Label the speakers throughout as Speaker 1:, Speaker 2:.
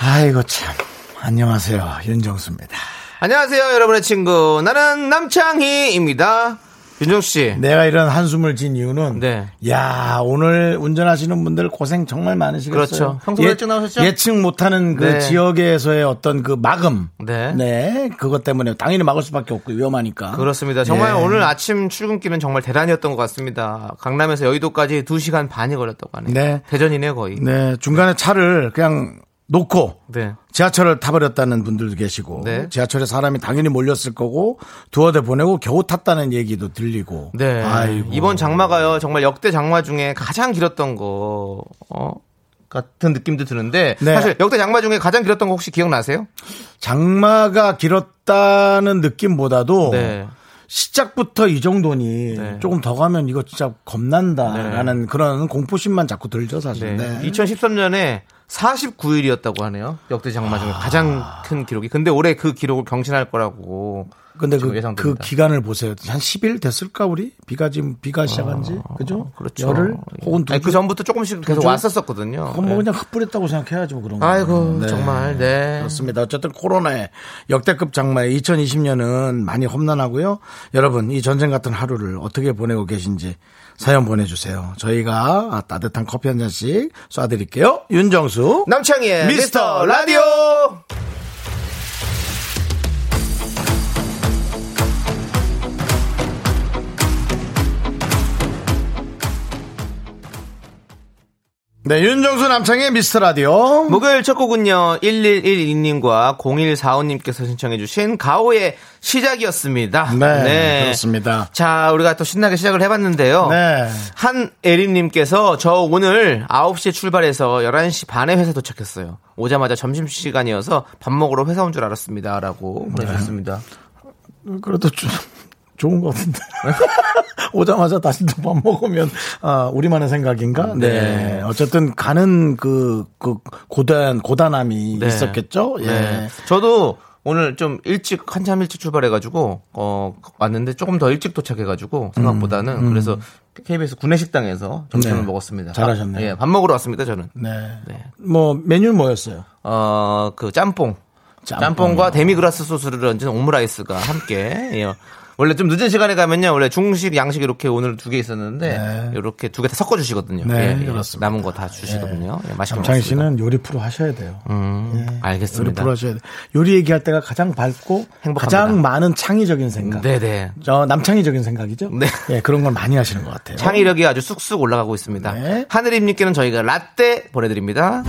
Speaker 1: 아이고 참. 안녕하세요. 윤정수입니다.
Speaker 2: 안녕하세요, 여러분의 친구. 나는 남창희입니다. 윤정수 씨.
Speaker 1: 내가 이런 한숨을 진 이유는
Speaker 2: 네.
Speaker 1: 야 오늘 운전하시는 분들 고생 정말 많으시겠어요.
Speaker 2: 그렇죠. 평소보다 일찍 나오셨죠?
Speaker 1: 예측 못하는 그
Speaker 2: 네.
Speaker 1: 지역에서의 어떤 그 막음.
Speaker 2: 네.
Speaker 1: 그것 때문에 당연히 막을 수밖에 없고 위험하니까.
Speaker 2: 그렇습니다. 정말
Speaker 1: 네.
Speaker 2: 오늘 아침 출근길은 정말 대란이었던 것 같습니다. 강남에서 여의도까지 2시간 반이 걸렸다고 하네요.
Speaker 1: 네.
Speaker 2: 대전이네요, 거의.
Speaker 1: 네 중간에 차를 그냥 놓고
Speaker 2: 네.
Speaker 1: 지하철을 타버렸다는 분들도 계시고
Speaker 2: 네.
Speaker 1: 지하철에 사람이 당연히 몰렸을 거고 두어 대 보내고 겨우 탔다는 얘기도 들리고.
Speaker 2: 네.
Speaker 1: 아이고.
Speaker 2: 이번 장마가요, 정말 역대 장마 중에 가장 길었던 거, 어, 같은 느낌도 드는데,
Speaker 1: 네.
Speaker 2: 사실 역대 장마 중에 가장 길었던 거 혹시 기억나세요?
Speaker 1: 장마가 길었다는 느낌보다도
Speaker 2: 네.
Speaker 1: 시작부터 이 정도니
Speaker 2: 네.
Speaker 1: 조금 더 가면 이거 진짜 겁난다라는 그런 공포심만 자꾸 들죠 사실.
Speaker 2: 네.
Speaker 1: 네.
Speaker 2: 2013년에 49일이었다고 하네요. 역대 장마
Speaker 1: 아.
Speaker 2: 중에 가장 큰 기록이. 근데 올해 그 기록을 경신할 거라고.
Speaker 1: 근데
Speaker 2: 지금
Speaker 1: 그, 그
Speaker 2: 예상됩니다.
Speaker 1: 기간을 보세요. 한 10일 됐을까 우리 비가 지금 비가 시작한지 그죠? 열흘 혹은 두
Speaker 2: 아, 그렇죠. 아니, 그
Speaker 1: 주.
Speaker 2: 전부터 조금씩 계속
Speaker 1: 주?
Speaker 2: 왔었었거든요.
Speaker 1: 그건 뭐
Speaker 2: 네.
Speaker 1: 그냥 흩뿌렸다고 생각해야죠 뭐 그런 거.
Speaker 2: 아이고, 정말, 네.
Speaker 1: 그렇습니다. 어쨌든 코로나의 역대급 장마에 2020년은 많이 험난하고요. 여러분 이 전쟁 같은 하루를 어떻게 보내고 계신지 사연 보내주세요. 저희가 아, 따뜻한 커피 한 잔씩 쏴드릴게요. 윤정수
Speaker 2: 남창희의 미스터
Speaker 1: 미스터
Speaker 2: 라디오!
Speaker 1: 네, 윤정수 남창의 미스터 라디오.
Speaker 2: 목요일 첫 곡은요, 1112님과 0145님께서 신청해주신 가오의 시작이었습니다.
Speaker 1: 네, 그렇습니다.
Speaker 2: 자, 우리가 또 신나게 시작을 해봤는데요.
Speaker 1: 네.
Speaker 2: 한예림님께서 저 오늘 9시에 출발해서 11시 반에 회사 도착했어요. 오자마자 점심시간이어서 밥 먹으러 회사 온 줄 알았습니다. 라고
Speaker 1: 네.
Speaker 2: 보내주셨습니다.
Speaker 1: 그래도 좀 좋은 것 같은데. 오자마자 다시 또 밥 먹으면, 아, 우리만의 생각인가? 네. 어쨌든 가는 그, 그, 고단, 고단함이
Speaker 2: 네.
Speaker 1: 있었겠죠? 예.
Speaker 2: 네. 저도 오늘 좀 일찍 한참 일찍 출발해가지고 어 왔는데 조금 더 일찍 도착해가지고 생각보다는 그래서 KBS 구내식당에서 점심을
Speaker 1: 음, 네.
Speaker 2: 먹었습니다.
Speaker 1: 잘하셨네요.
Speaker 2: 예, 밥 먹으러 왔습니다. 저는
Speaker 1: 네.
Speaker 2: 네.
Speaker 1: 뭐, 메뉴는 뭐였어요?
Speaker 2: 어 그 짬뽕.
Speaker 1: 짬뽕이요.
Speaker 2: 짬뽕. 과 데미그라스 소스를 얹은 오므라이스가 함께 예. 원래 좀 늦은 시간에 가면요 원래 중식 양식 이렇게 오늘 두 개 있었는데
Speaker 1: 네.
Speaker 2: 이렇게 두 개 다 섞어 주시거든요. 예,
Speaker 1: 네, 그렇습니다. 네.
Speaker 2: 남은 거 다 주시거든요. 예, 맛있게
Speaker 1: 남창희
Speaker 2: 먹었습니다.
Speaker 1: 씨는 네. 요리 프로 하셔야 돼요.
Speaker 2: 음,
Speaker 1: 요리
Speaker 2: 알겠습니다.
Speaker 1: 프로 하셔야 돼요. 요리 얘기할 때가 가장 밝고
Speaker 2: 행복합니다.
Speaker 1: 가장 많은 창의적인 생각.
Speaker 2: 네네.
Speaker 1: 저 남창희적인 생각이죠?
Speaker 2: 네.
Speaker 1: 예, 그런 걸 많이 하시는 것 같아요.
Speaker 2: 창의력이 아주 쑥쑥 올라가고 있습니다.
Speaker 1: 네.
Speaker 2: 하늘님께는 저희가 라떼 보내드립니다.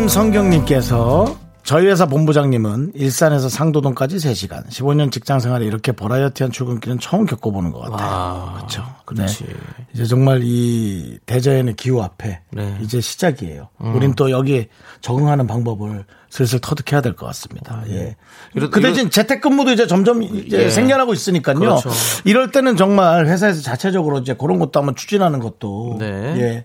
Speaker 1: 김성경님께서 저희 회사 본부장님은 일산에서 상도동까지 3시간, 15년 직장 생활에 이렇게 버라이어티한 출근길은 처음 겪어보는 것 같아요. 그렇죠.
Speaker 2: 그렇지.
Speaker 1: 이제 정말 이 대자연의 기후 앞에
Speaker 2: 네. 음.
Speaker 1: 이제 시작이에요. 우린 또 여기에 적응하는 방법을 슬슬 터득해야 될 것 같습니다. 예.
Speaker 2: 아, 이러-
Speaker 1: 그 대신 재택근무도 이제 점점 이제
Speaker 2: 예.
Speaker 1: 생겨나고 있으니까요.
Speaker 2: 그렇죠.
Speaker 1: 이럴 때는 정말 회사에서 자체적으로 이제 그런 것도 한번 추진하는 것도
Speaker 2: 네.
Speaker 1: 예.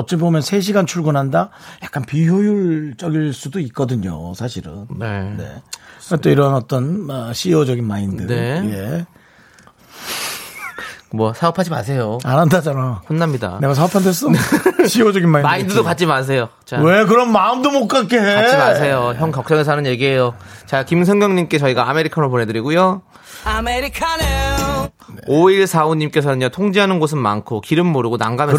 Speaker 1: 어찌 보면 3시간 출근한다? 약간 비효율적일 수도 있거든요, 사실은.
Speaker 2: 네.
Speaker 1: 네. 또 이런 어떤 어, CEO적인 마인드.
Speaker 2: 네.
Speaker 1: 예.
Speaker 2: 뭐 사업하지 마세요.
Speaker 1: 안 한다잖아.
Speaker 2: 혼납니다.
Speaker 1: 내가 사업한 됐어? CEO적인 마인드.
Speaker 2: 네. 마인드도 갖지 마세요. 자,
Speaker 1: 네. 왜 그런 마음도 못 갖게 해?
Speaker 2: 갖지 마세요. 형 걱정해서 하는 얘기예요. 자, 김성경님께 저희가 아메리카노 보내드리고요. 아메리카노. 5145님께서는요, 네. 통제하는 곳은 많고, 길은 모르고 난감했어요.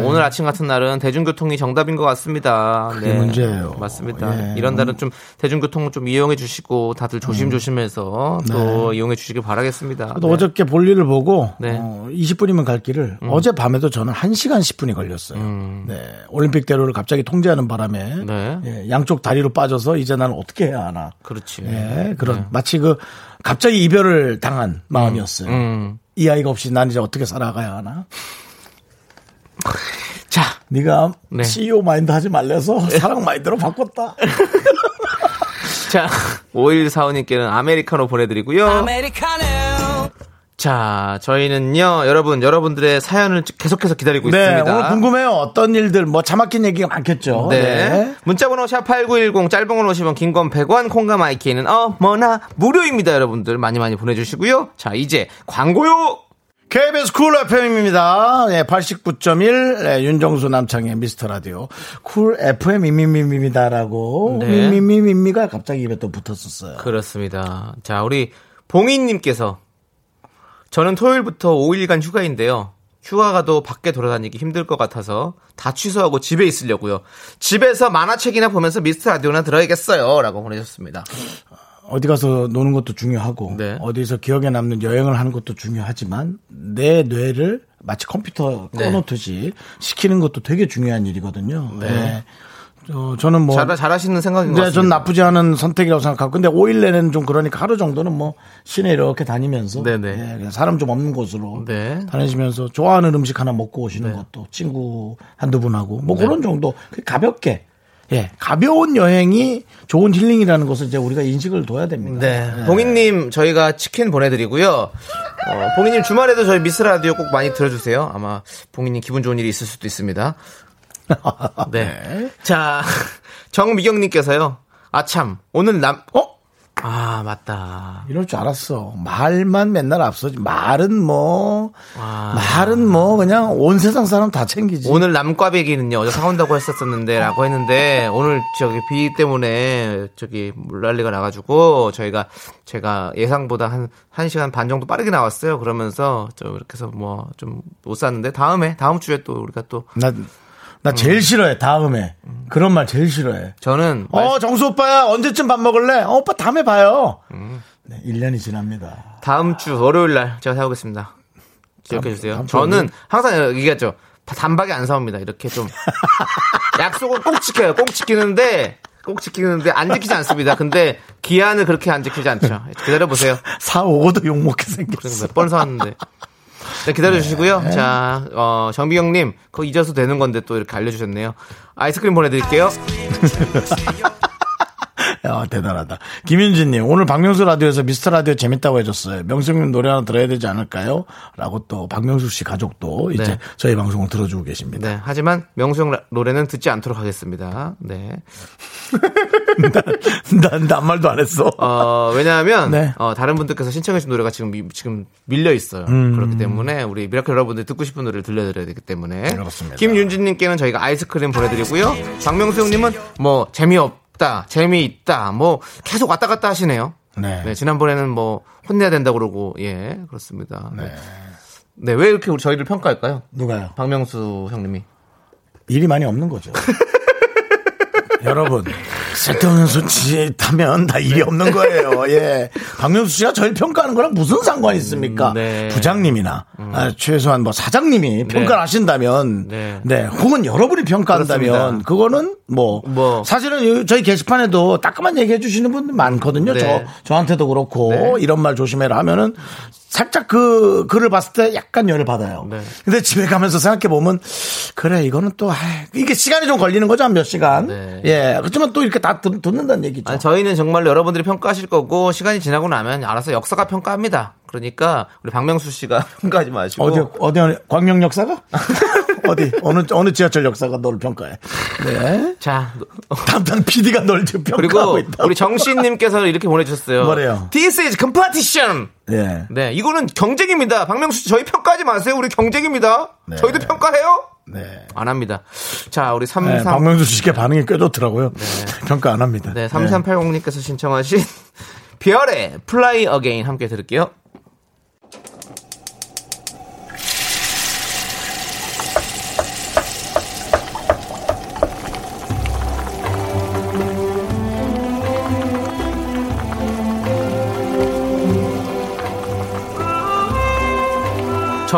Speaker 1: 그래.
Speaker 2: 오늘 아침 같은 날은 대중교통이 정답인 것 같습니다. 네.
Speaker 1: 그게 문제예요.
Speaker 2: 맞습니다.
Speaker 1: 예.
Speaker 2: 이런 날은 좀 대중교통 좀 이용해 주시고, 다들 조심조심해서 또 이용해 주시길 바라겠습니다.
Speaker 1: 또 어저께 볼일을 보고
Speaker 2: 네. 음.
Speaker 1: 어, 20분이면 갈 길을 어제 밤에도 저는 1시간 10분이 걸렸어요. 네. 올림픽대로를 갑자기 통제하는 바람에
Speaker 2: 네.
Speaker 1: 예, 양쪽 다리로 빠져서 이제 나는 어떻게 해야 하나.
Speaker 2: 그렇지.
Speaker 1: 예, 그런 마치 그 갑자기 이별을 당한 마음이었어요.
Speaker 2: 음.
Speaker 1: 이 아이가 없이 난 이제 어떻게 살아가야 하나?
Speaker 2: 자,
Speaker 1: 네가
Speaker 2: 네.
Speaker 1: CEO 마인드 하지 말래서 사랑 마인드로 바꿨다.
Speaker 2: 자, 5145님께는 아메리카노 보내드리고요. 자, 저희는요, 여러분, 여러분들의 사연을 계속해서 기다리고
Speaker 1: 네,
Speaker 2: 있습니다.
Speaker 1: 오늘 궁금해요. 어떤 일들 뭐 자막힌 얘기가 많겠죠.
Speaker 2: 네.
Speaker 1: 네.
Speaker 2: 문자번호 샵8910, 짧은 건 50원, 긴 건 100원, 콩감 IK는 어머나 무료입니다, 여러분들. 많이 많이 보내주시고요. 자, 이제 광고요!
Speaker 1: KBS 쿨 FM입니다. 네, 89.1 예, 윤정수 남창의 미스터 라디오 쿨 FM 미미미미다라고
Speaker 2: 네.
Speaker 1: 미미미미가 갑자기 입에 또 붙었었어요.
Speaker 2: 그렇습니다. 자, 우리 봉인님께서 저는 토요일부터 5일간 휴가인데요. 휴가 가도 밖에 돌아다니기 힘들 것 같아서 다 취소하고 집에 있으려고요. 집에서 만화책이나 보면서 미스터 라디오나 들어야겠어요. 라고 보내셨습니다.
Speaker 1: 어디 가서 노는 것도 중요하고
Speaker 2: 네.
Speaker 1: 어디서 기억에 남는 여행을 하는 것도 중요하지만 내 뇌를 마치 컴퓨터
Speaker 2: 네.
Speaker 1: 꺼놓듯이 시키는 것도 되게 중요한 일이거든요. 네. 어, 저는 뭐
Speaker 2: 잘, 잘하시는 생각인 것
Speaker 1: 네, 전
Speaker 2: 같습니다.
Speaker 1: 나쁘지 않은 선택이라고 생각하고 근데 5일 내는 좀 그러니까 하루 정도는 뭐 시내 이렇게 다니면서
Speaker 2: 네네.
Speaker 1: 예, 그냥 사람 좀 없는 곳으로
Speaker 2: 네.
Speaker 1: 다니시면서 좋아하는 음식 하나 먹고 오시는 것도 친구 한두 분하고
Speaker 2: 네.
Speaker 1: 뭐 그런 정도 그 가볍게 예 가벼운 여행이 좋은 힐링이라는 것을 이제 우리가 인식을 둬야 됩니다. 예.
Speaker 2: 네. 봉인님, 저희가 치킨 보내드리고요. 어, 봉인님, 주말에도 저희 미스 라디오 꼭 많이 들어주세요. 아마 봉인님 기분 좋은 일이 있을 수도 있습니다. 네. 자, 정미경님께서요. 아, 참. 오늘 남,
Speaker 1: 어
Speaker 2: 아, 맞다.
Speaker 1: 이럴 줄 알았어. 말만 맨날 앞서지. 말은 뭐
Speaker 2: 와.
Speaker 1: 말은 뭐 그냥 온 세상 사람 다 챙기지.
Speaker 2: 오늘 남꽈배기는요, 어제 사온다고 했었었는데, 라고 했는데, 오늘 저기 비 때문에 저기 물난리가 나가지고, 저희가, 제가 예상보다 한, 한 시간 반 정도 빠르게 나왔어요. 그러면서, 좀 이렇게 해서 뭐, 좀 못 샀는데, 다음에, 다음 주에 또 우리가 또,
Speaker 1: 나, 나 제일 싫어해, 다음에. 그런 말 제일 싫어해.
Speaker 2: 저는, 말-
Speaker 1: 어, 정수 오빠야, 언제쯤 밥 먹을래? 어, 오빠 다음에 봐요. 네, 1년이 지납니다.
Speaker 2: 다음 주 월요일 날 제가 사오겠습니다. 기억해 주세요.
Speaker 1: 다음 주
Speaker 2: 저는 항상 얘기하죠. 단박에 안 사옵니다. 이렇게 좀. 약속은 꼭 지켜요. 꼭 지키는데, 꼭 지키는데, 안 지키지 않습니다. 근데, 기한을 그렇게 안 지키지 않죠. 기다려보세요.
Speaker 1: 사오고도 욕먹게 생겼어.
Speaker 2: 몇 번 사왔는데. 네, 기다려주시고요. 자, 어, 정비경님, 그거 잊어서 되는 건데 또 이렇게 알려주셨네요. 아이스크림 보내드릴게요.
Speaker 1: 야, 대단하다. 김윤진님, 오늘 박명수 라디오에서 미스터 라디오 재밌다고 해줬어요. 명수님 노래 하나 들어야 되지 않을까요? 라고 또 박명수 씨 가족도 이제
Speaker 2: 네.
Speaker 1: 저희 방송을 들어주고 계십니다.
Speaker 2: 네, 하지만 명수형 라- 노래는 듣지 않도록 하겠습니다. 네.
Speaker 1: 난, 난 말도 안 했어.
Speaker 2: 어, 왜냐하면
Speaker 1: 네.
Speaker 2: 어, 다른 분들께서 신청해주신 노래가 지금 미- 지금 밀려 있어요.
Speaker 1: 음.
Speaker 2: 그렇기 때문에 우리 미라클 여러분들 듣고 싶은 노래를 들려드려야 되기 때문에
Speaker 1: 네, 그렇습니다.
Speaker 2: 김윤진님께는 저희가 아이스크림 보내드리고요. 박명수형님은 뭐 재미없다, 재미있다, 뭐 계속 왔다 갔다 하시네요.
Speaker 1: 네.
Speaker 2: 네, 지난번에는 뭐 혼내야 된다 그러고 예 그렇습니다. 네. 네, 왜 이렇게 우리 저희를 평가할까요?
Speaker 1: 누가요?
Speaker 2: 박명수 형님이
Speaker 1: 일이 많이 없는 거죠. 여러분, 쓸데없는 소치 타면 다
Speaker 2: 네.
Speaker 1: 일이 없는 거예요. 예. 박명수 씨가 저희 평가하는 거랑 무슨 상관이 있습니까?
Speaker 2: 음, 네.
Speaker 1: 부장님이나 아, 최소한 뭐 사장님이 평가를 하신다면, 네.
Speaker 2: 네.
Speaker 1: 혹은 여러분이 평가한다면,
Speaker 2: 그렇습니다.
Speaker 1: 그거는 뭐,
Speaker 2: 뭐.
Speaker 1: 사실은 요- 저희 게시판에도 따끔한 얘기해 주시는 분들 많거든요.
Speaker 2: 네.
Speaker 1: 저 저한테도 그렇고
Speaker 2: 네.
Speaker 1: 이런 말 조심해라 하면은 살짝 그 글을 봤을 때 약간 열을 받아요.
Speaker 2: 네.
Speaker 1: 근데 집에 가면서 생각해 보면 그래 이거는 또 아이, 이게 시간이 좀 걸리는 거죠 한 몇 시간.
Speaker 2: 네.
Speaker 1: 예 그렇지만 또 이렇게 다 듣, 듣는다는 얘기죠.
Speaker 2: 아니, 저희는 정말로 여러분들이 평가하실 거고 시간이 지나고 나면 알아서 역사가 평가합니다. 그러니까 우리 박명수 씨가 평가하지 마시고
Speaker 1: 어디 어디 어디, 광명 역사가 어디 어느 어느 지하철 역사가 너를 평가해. 네.
Speaker 2: 자
Speaker 1: 담당 PD가 널 지금 평가하고
Speaker 2: 그리고
Speaker 1: 있다.
Speaker 2: 우리 정씨님께서 이렇게 보내주셨어요.
Speaker 1: 뭐래요?
Speaker 2: This is competition.
Speaker 1: 예.
Speaker 2: 네, 이거는 경쟁입니다. 박명수 씨 저희 평가하지 마세요. 우리 경쟁입니다.
Speaker 1: 네.
Speaker 2: 저희도 평가해요.
Speaker 1: 네.
Speaker 2: 안 합니다. 자, 우리
Speaker 1: 네,
Speaker 2: 33
Speaker 1: 박명수 씨께 반응이 꽤 좋더라고요. 평가 안 합니다.
Speaker 2: 네, 3380님께서 신청하신 별의 플라이 어게인 함께 들을게요.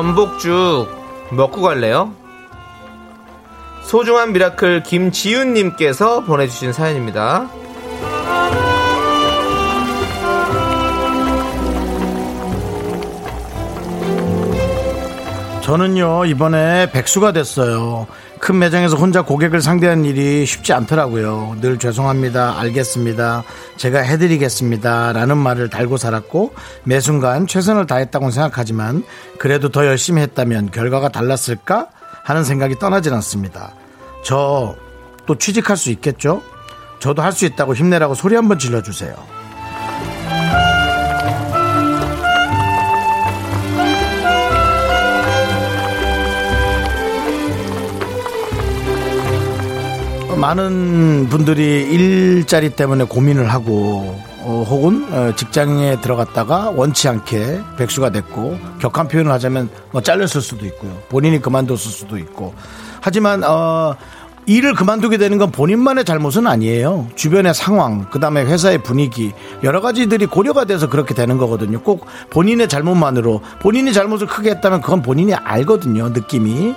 Speaker 2: 전복죽 먹고 갈래요? 소중한 미라클 김지윤님께서 보내주신 사연입니다.
Speaker 1: 네. 저는요 이번에 백수가 됐어요. 큰 매장에서 혼자 고객을 상대하는 일이 쉽지 않더라고요. 늘 죄송합니다. 알겠습니다. 제가 해드리겠습니다. 라는 말을 달고 살았고 매 순간 최선을 다했다고 생각하지만 그래도 더 열심히 했다면 결과가 달랐을까 하는 생각이 떠나진 않습니다. 저 또 취직할 수 있겠죠? 저도 할 수 있다고 힘내라고 소리 한번 질러주세요. 많은 분들이 일자리 때문에 고민을 하고 어, 혹은 어, 직장에 들어갔다가 원치 않게 백수가 됐고 격한 표현을 하자면 뭐 잘렸을 수도 있고요 본인이 그만뒀을 수도 있고 하지만 어, 일을 그만두게 되는 건 본인만의 잘못은 아니에요 주변의 상황 그다음에 회사의 분위기 여러 가지들이 고려가 돼서 그렇게 되는 거거든요 꼭 본인의 잘못만으로 본인이 잘못을 크게 했다면 그건 본인이 알거든요 느낌이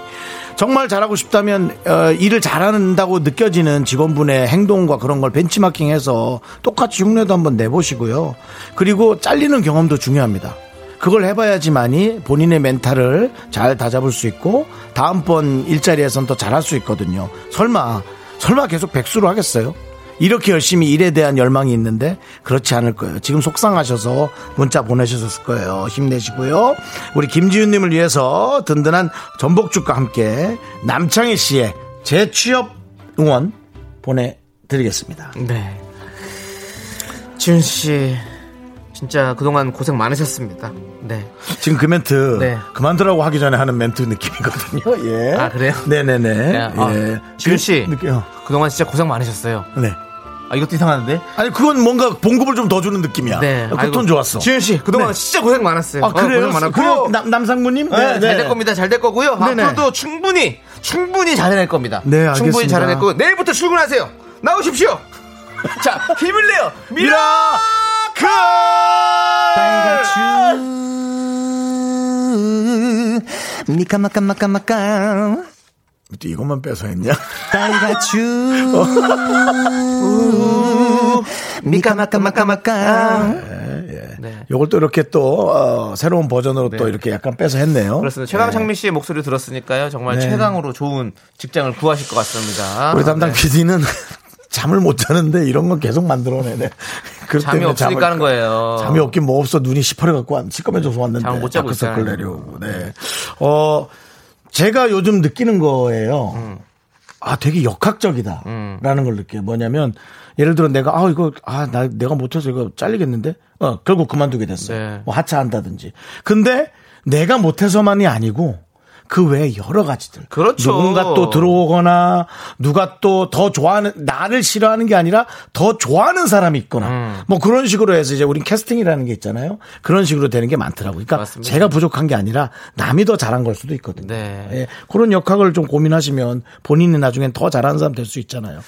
Speaker 1: 정말 잘하고 싶다면 어, 일을 잘한다고 느껴지는 직원분의 행동과 그런 걸 benchmarking해서 똑같이 흉내도 한번 내보시고요. 그리고 잘리는 경험도 중요합니다. 그걸 해봐야지만이 본인의 멘탈을 잘 다잡을 수 있고 다음번 일자리에선 더 잘할 수 있거든요. 설마 설마 계속 백수로 하겠어요? 이렇게 열심히 일에 대한 열망이 있는데 그렇지 않을 거예요. 지금 속상하셔서 문자 보내셨을 거예요. 힘내시고요. 우리 김지윤님을 위해서 든든한 전복죽과 함께 남창희 씨의 재취업 응원 보내드리겠습니다.
Speaker 2: 네. 지훈 씨 진짜 그동안 고생 많으셨습니다. 네.
Speaker 1: 지금 그 멘트
Speaker 2: 네.
Speaker 1: 그만두라고 하기 전에 하는 멘트 느낌이거든요. 예.
Speaker 2: 아, 그래요?
Speaker 1: 네네네.
Speaker 2: 아,
Speaker 1: 예.
Speaker 2: 지훈 씨.
Speaker 1: 느껴요.
Speaker 2: 그동안 진짜 고생 많으셨어요.
Speaker 1: 네.
Speaker 2: 아 이것도 이상한데?
Speaker 1: 아니 그건 뭔가 봉급을 좀 더 주는 느낌이야. 그톤
Speaker 2: 네. 아이고.
Speaker 1: 좋았어.
Speaker 2: 지훈 씨 그동안
Speaker 1: 네.
Speaker 2: 진짜 고생 많았어요.
Speaker 1: 아, 그래요?
Speaker 2: 고생 많았고.
Speaker 1: 그래요? 남, 남상무님?
Speaker 2: 네, 잘 될 겁니다. 잘 될 거고요.
Speaker 1: 네네.
Speaker 2: 앞으로도 충분히 충분히 잘해낼 겁니다.
Speaker 1: 네, 알겠습니다.
Speaker 2: 충분히 잘해낼 거고 내일부터 출근하세요. 나오십시오. 자, 힘을 내요. 미라. 네.
Speaker 3: 음, 미카마카마카마카
Speaker 1: 또 이것만 빼서 했냐? 어.
Speaker 3: 딸가추 음, 미카마카마카마카
Speaker 2: 네.
Speaker 1: 요걸 또 이렇게 또, 어, 새로운 버전으로 또 이렇게 약간 빼서 했네요.
Speaker 2: 그렇습니다. 최강창민 씨의 목소리 들었으니까요. 정말
Speaker 1: 네.
Speaker 2: 최강으로 좋은 직장을 구하실 것 같습니다.
Speaker 1: 우리 담당
Speaker 2: 네.
Speaker 1: PD는 잠을 못 자는데 이런 건 계속 만들어내네. 그것
Speaker 2: 잠이
Speaker 1: 때문에
Speaker 2: 없으니까 하는
Speaker 1: 잠을-
Speaker 2: 거예요.
Speaker 1: 잠이 없긴 뭐 없어 눈이 시퍼래갖고 안 시꺼매져서 왔는데
Speaker 2: 잠을 못 자고
Speaker 1: 다크서클
Speaker 2: 있어요.
Speaker 1: 내려오고 네. 어 제가 요즘 느끼는 거예요
Speaker 2: 음.
Speaker 1: 아 되게 역학적이다라는 걸 느껴요 뭐냐면 예를 들어 내가 아 이거 아 나 내가 못해서 이거 잘리겠는데 어 결국 그만두게 됐어요
Speaker 2: 네.
Speaker 1: 뭐 하차한다든지 근데 내가 못해서만이 아니고 그 외에 여러 가지들
Speaker 2: 그렇죠.
Speaker 1: 누군가 또 들어오거나 누가 또 더 좋아하는 나를 싫어하는 게 아니라 더 좋아하는 사람이 있거나
Speaker 2: 음.
Speaker 1: 뭐 그런 식으로 해서 이제 우린 캐스팅이라는 게 있잖아요. 그런 식으로 되는 게 많더라고요. 그러니까
Speaker 2: 맞습니다.
Speaker 1: 제가 부족한 게 아니라 남이 더 잘한 걸 수도 있거든요.
Speaker 2: 네.
Speaker 1: 예, 그런 역학을 좀 고민하시면 본인이 나중엔 더 잘하는 사람 될 수 있잖아요.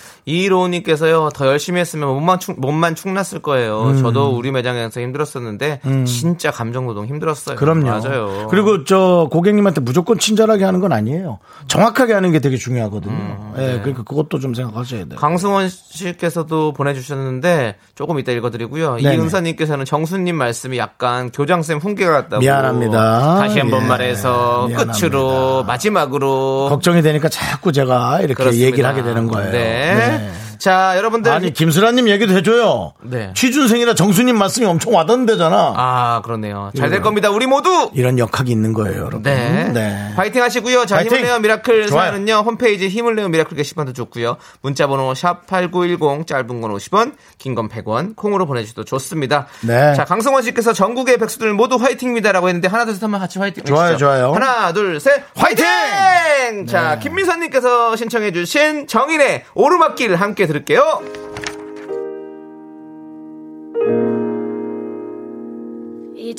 Speaker 2: 이로우님께서요 더 열심히 했으면 몸만 축 몸만 축났을 거예요.
Speaker 1: 음.
Speaker 2: 저도 우리 매장에서 힘들었었는데 진짜 감정노동 힘들었어요.
Speaker 1: 그럼요.
Speaker 2: 맞아요.
Speaker 1: 그리고 저 고객님한테 무조건 친절하게 하는 건 아니에요. 정확하게 하는 게 되게 중요하거든요. 예, 그러니까 그것도 좀 생각하셔야 돼요.
Speaker 2: 음, 네. 강승원 씨께서도 보내주셨는데 조금 이따 읽어드리고요.
Speaker 1: 네네.
Speaker 2: 이은사님께서는 정수님 말씀이 약간 교장쌤 훈계 같다고.
Speaker 1: 미안합니다.
Speaker 2: 다시 한번
Speaker 1: 예.
Speaker 2: 말해서
Speaker 1: 미안합니다.
Speaker 2: 끝으로 마지막으로
Speaker 1: 걱정이 되니까 자꾸 제가 이렇게
Speaker 2: 그렇습니다.
Speaker 1: 얘기를 하게 되는 거예요.
Speaker 2: 네.
Speaker 1: 네.
Speaker 2: 자 여러분들
Speaker 1: 아니 김수라님 얘기도 해줘요.
Speaker 2: 네.
Speaker 1: 취준생이라 정수님 말씀이 엄청 와닿는데잖아.
Speaker 2: 아 그렇네요. 잘 될 겁니다. 우리 모두
Speaker 1: 이런 역학이 있는 거예요, 여러분.
Speaker 2: 네.
Speaker 1: 음. 네.
Speaker 2: 파이팅 하시고요. 자,
Speaker 1: 파이팅!
Speaker 2: 힘을 내요 미라클
Speaker 1: 좋아요.
Speaker 2: 사연은요. 홈페이지 힘을 내요 미라클 게시판도 좋고요. 문자 번호 샵8910 짧은 건 50원, 긴 건 100원. 콩으로 보내 주셔도 좋습니다.
Speaker 1: 네.
Speaker 2: 자, 강성원 씨께서 전국의 백수들 모두 화이팅입니다라고 했는데 하나 둘셋 하면 같이 화이팅.
Speaker 1: 좋아요,
Speaker 2: 해주시죠.
Speaker 1: 좋아요. 네.
Speaker 2: 하나, 둘, 셋. 화이팅! 자, 김민선 님께서 신청해 주신 정인의 오르막길 함께 들을게요.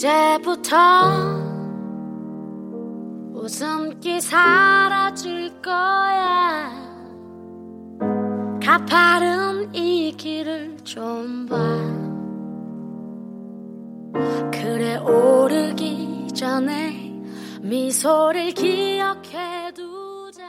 Speaker 4: 이제부터 웃음기 사라질 거야 가파른 이 길을 좀 봐 그래 오르기 전에 미소를 기억해 두자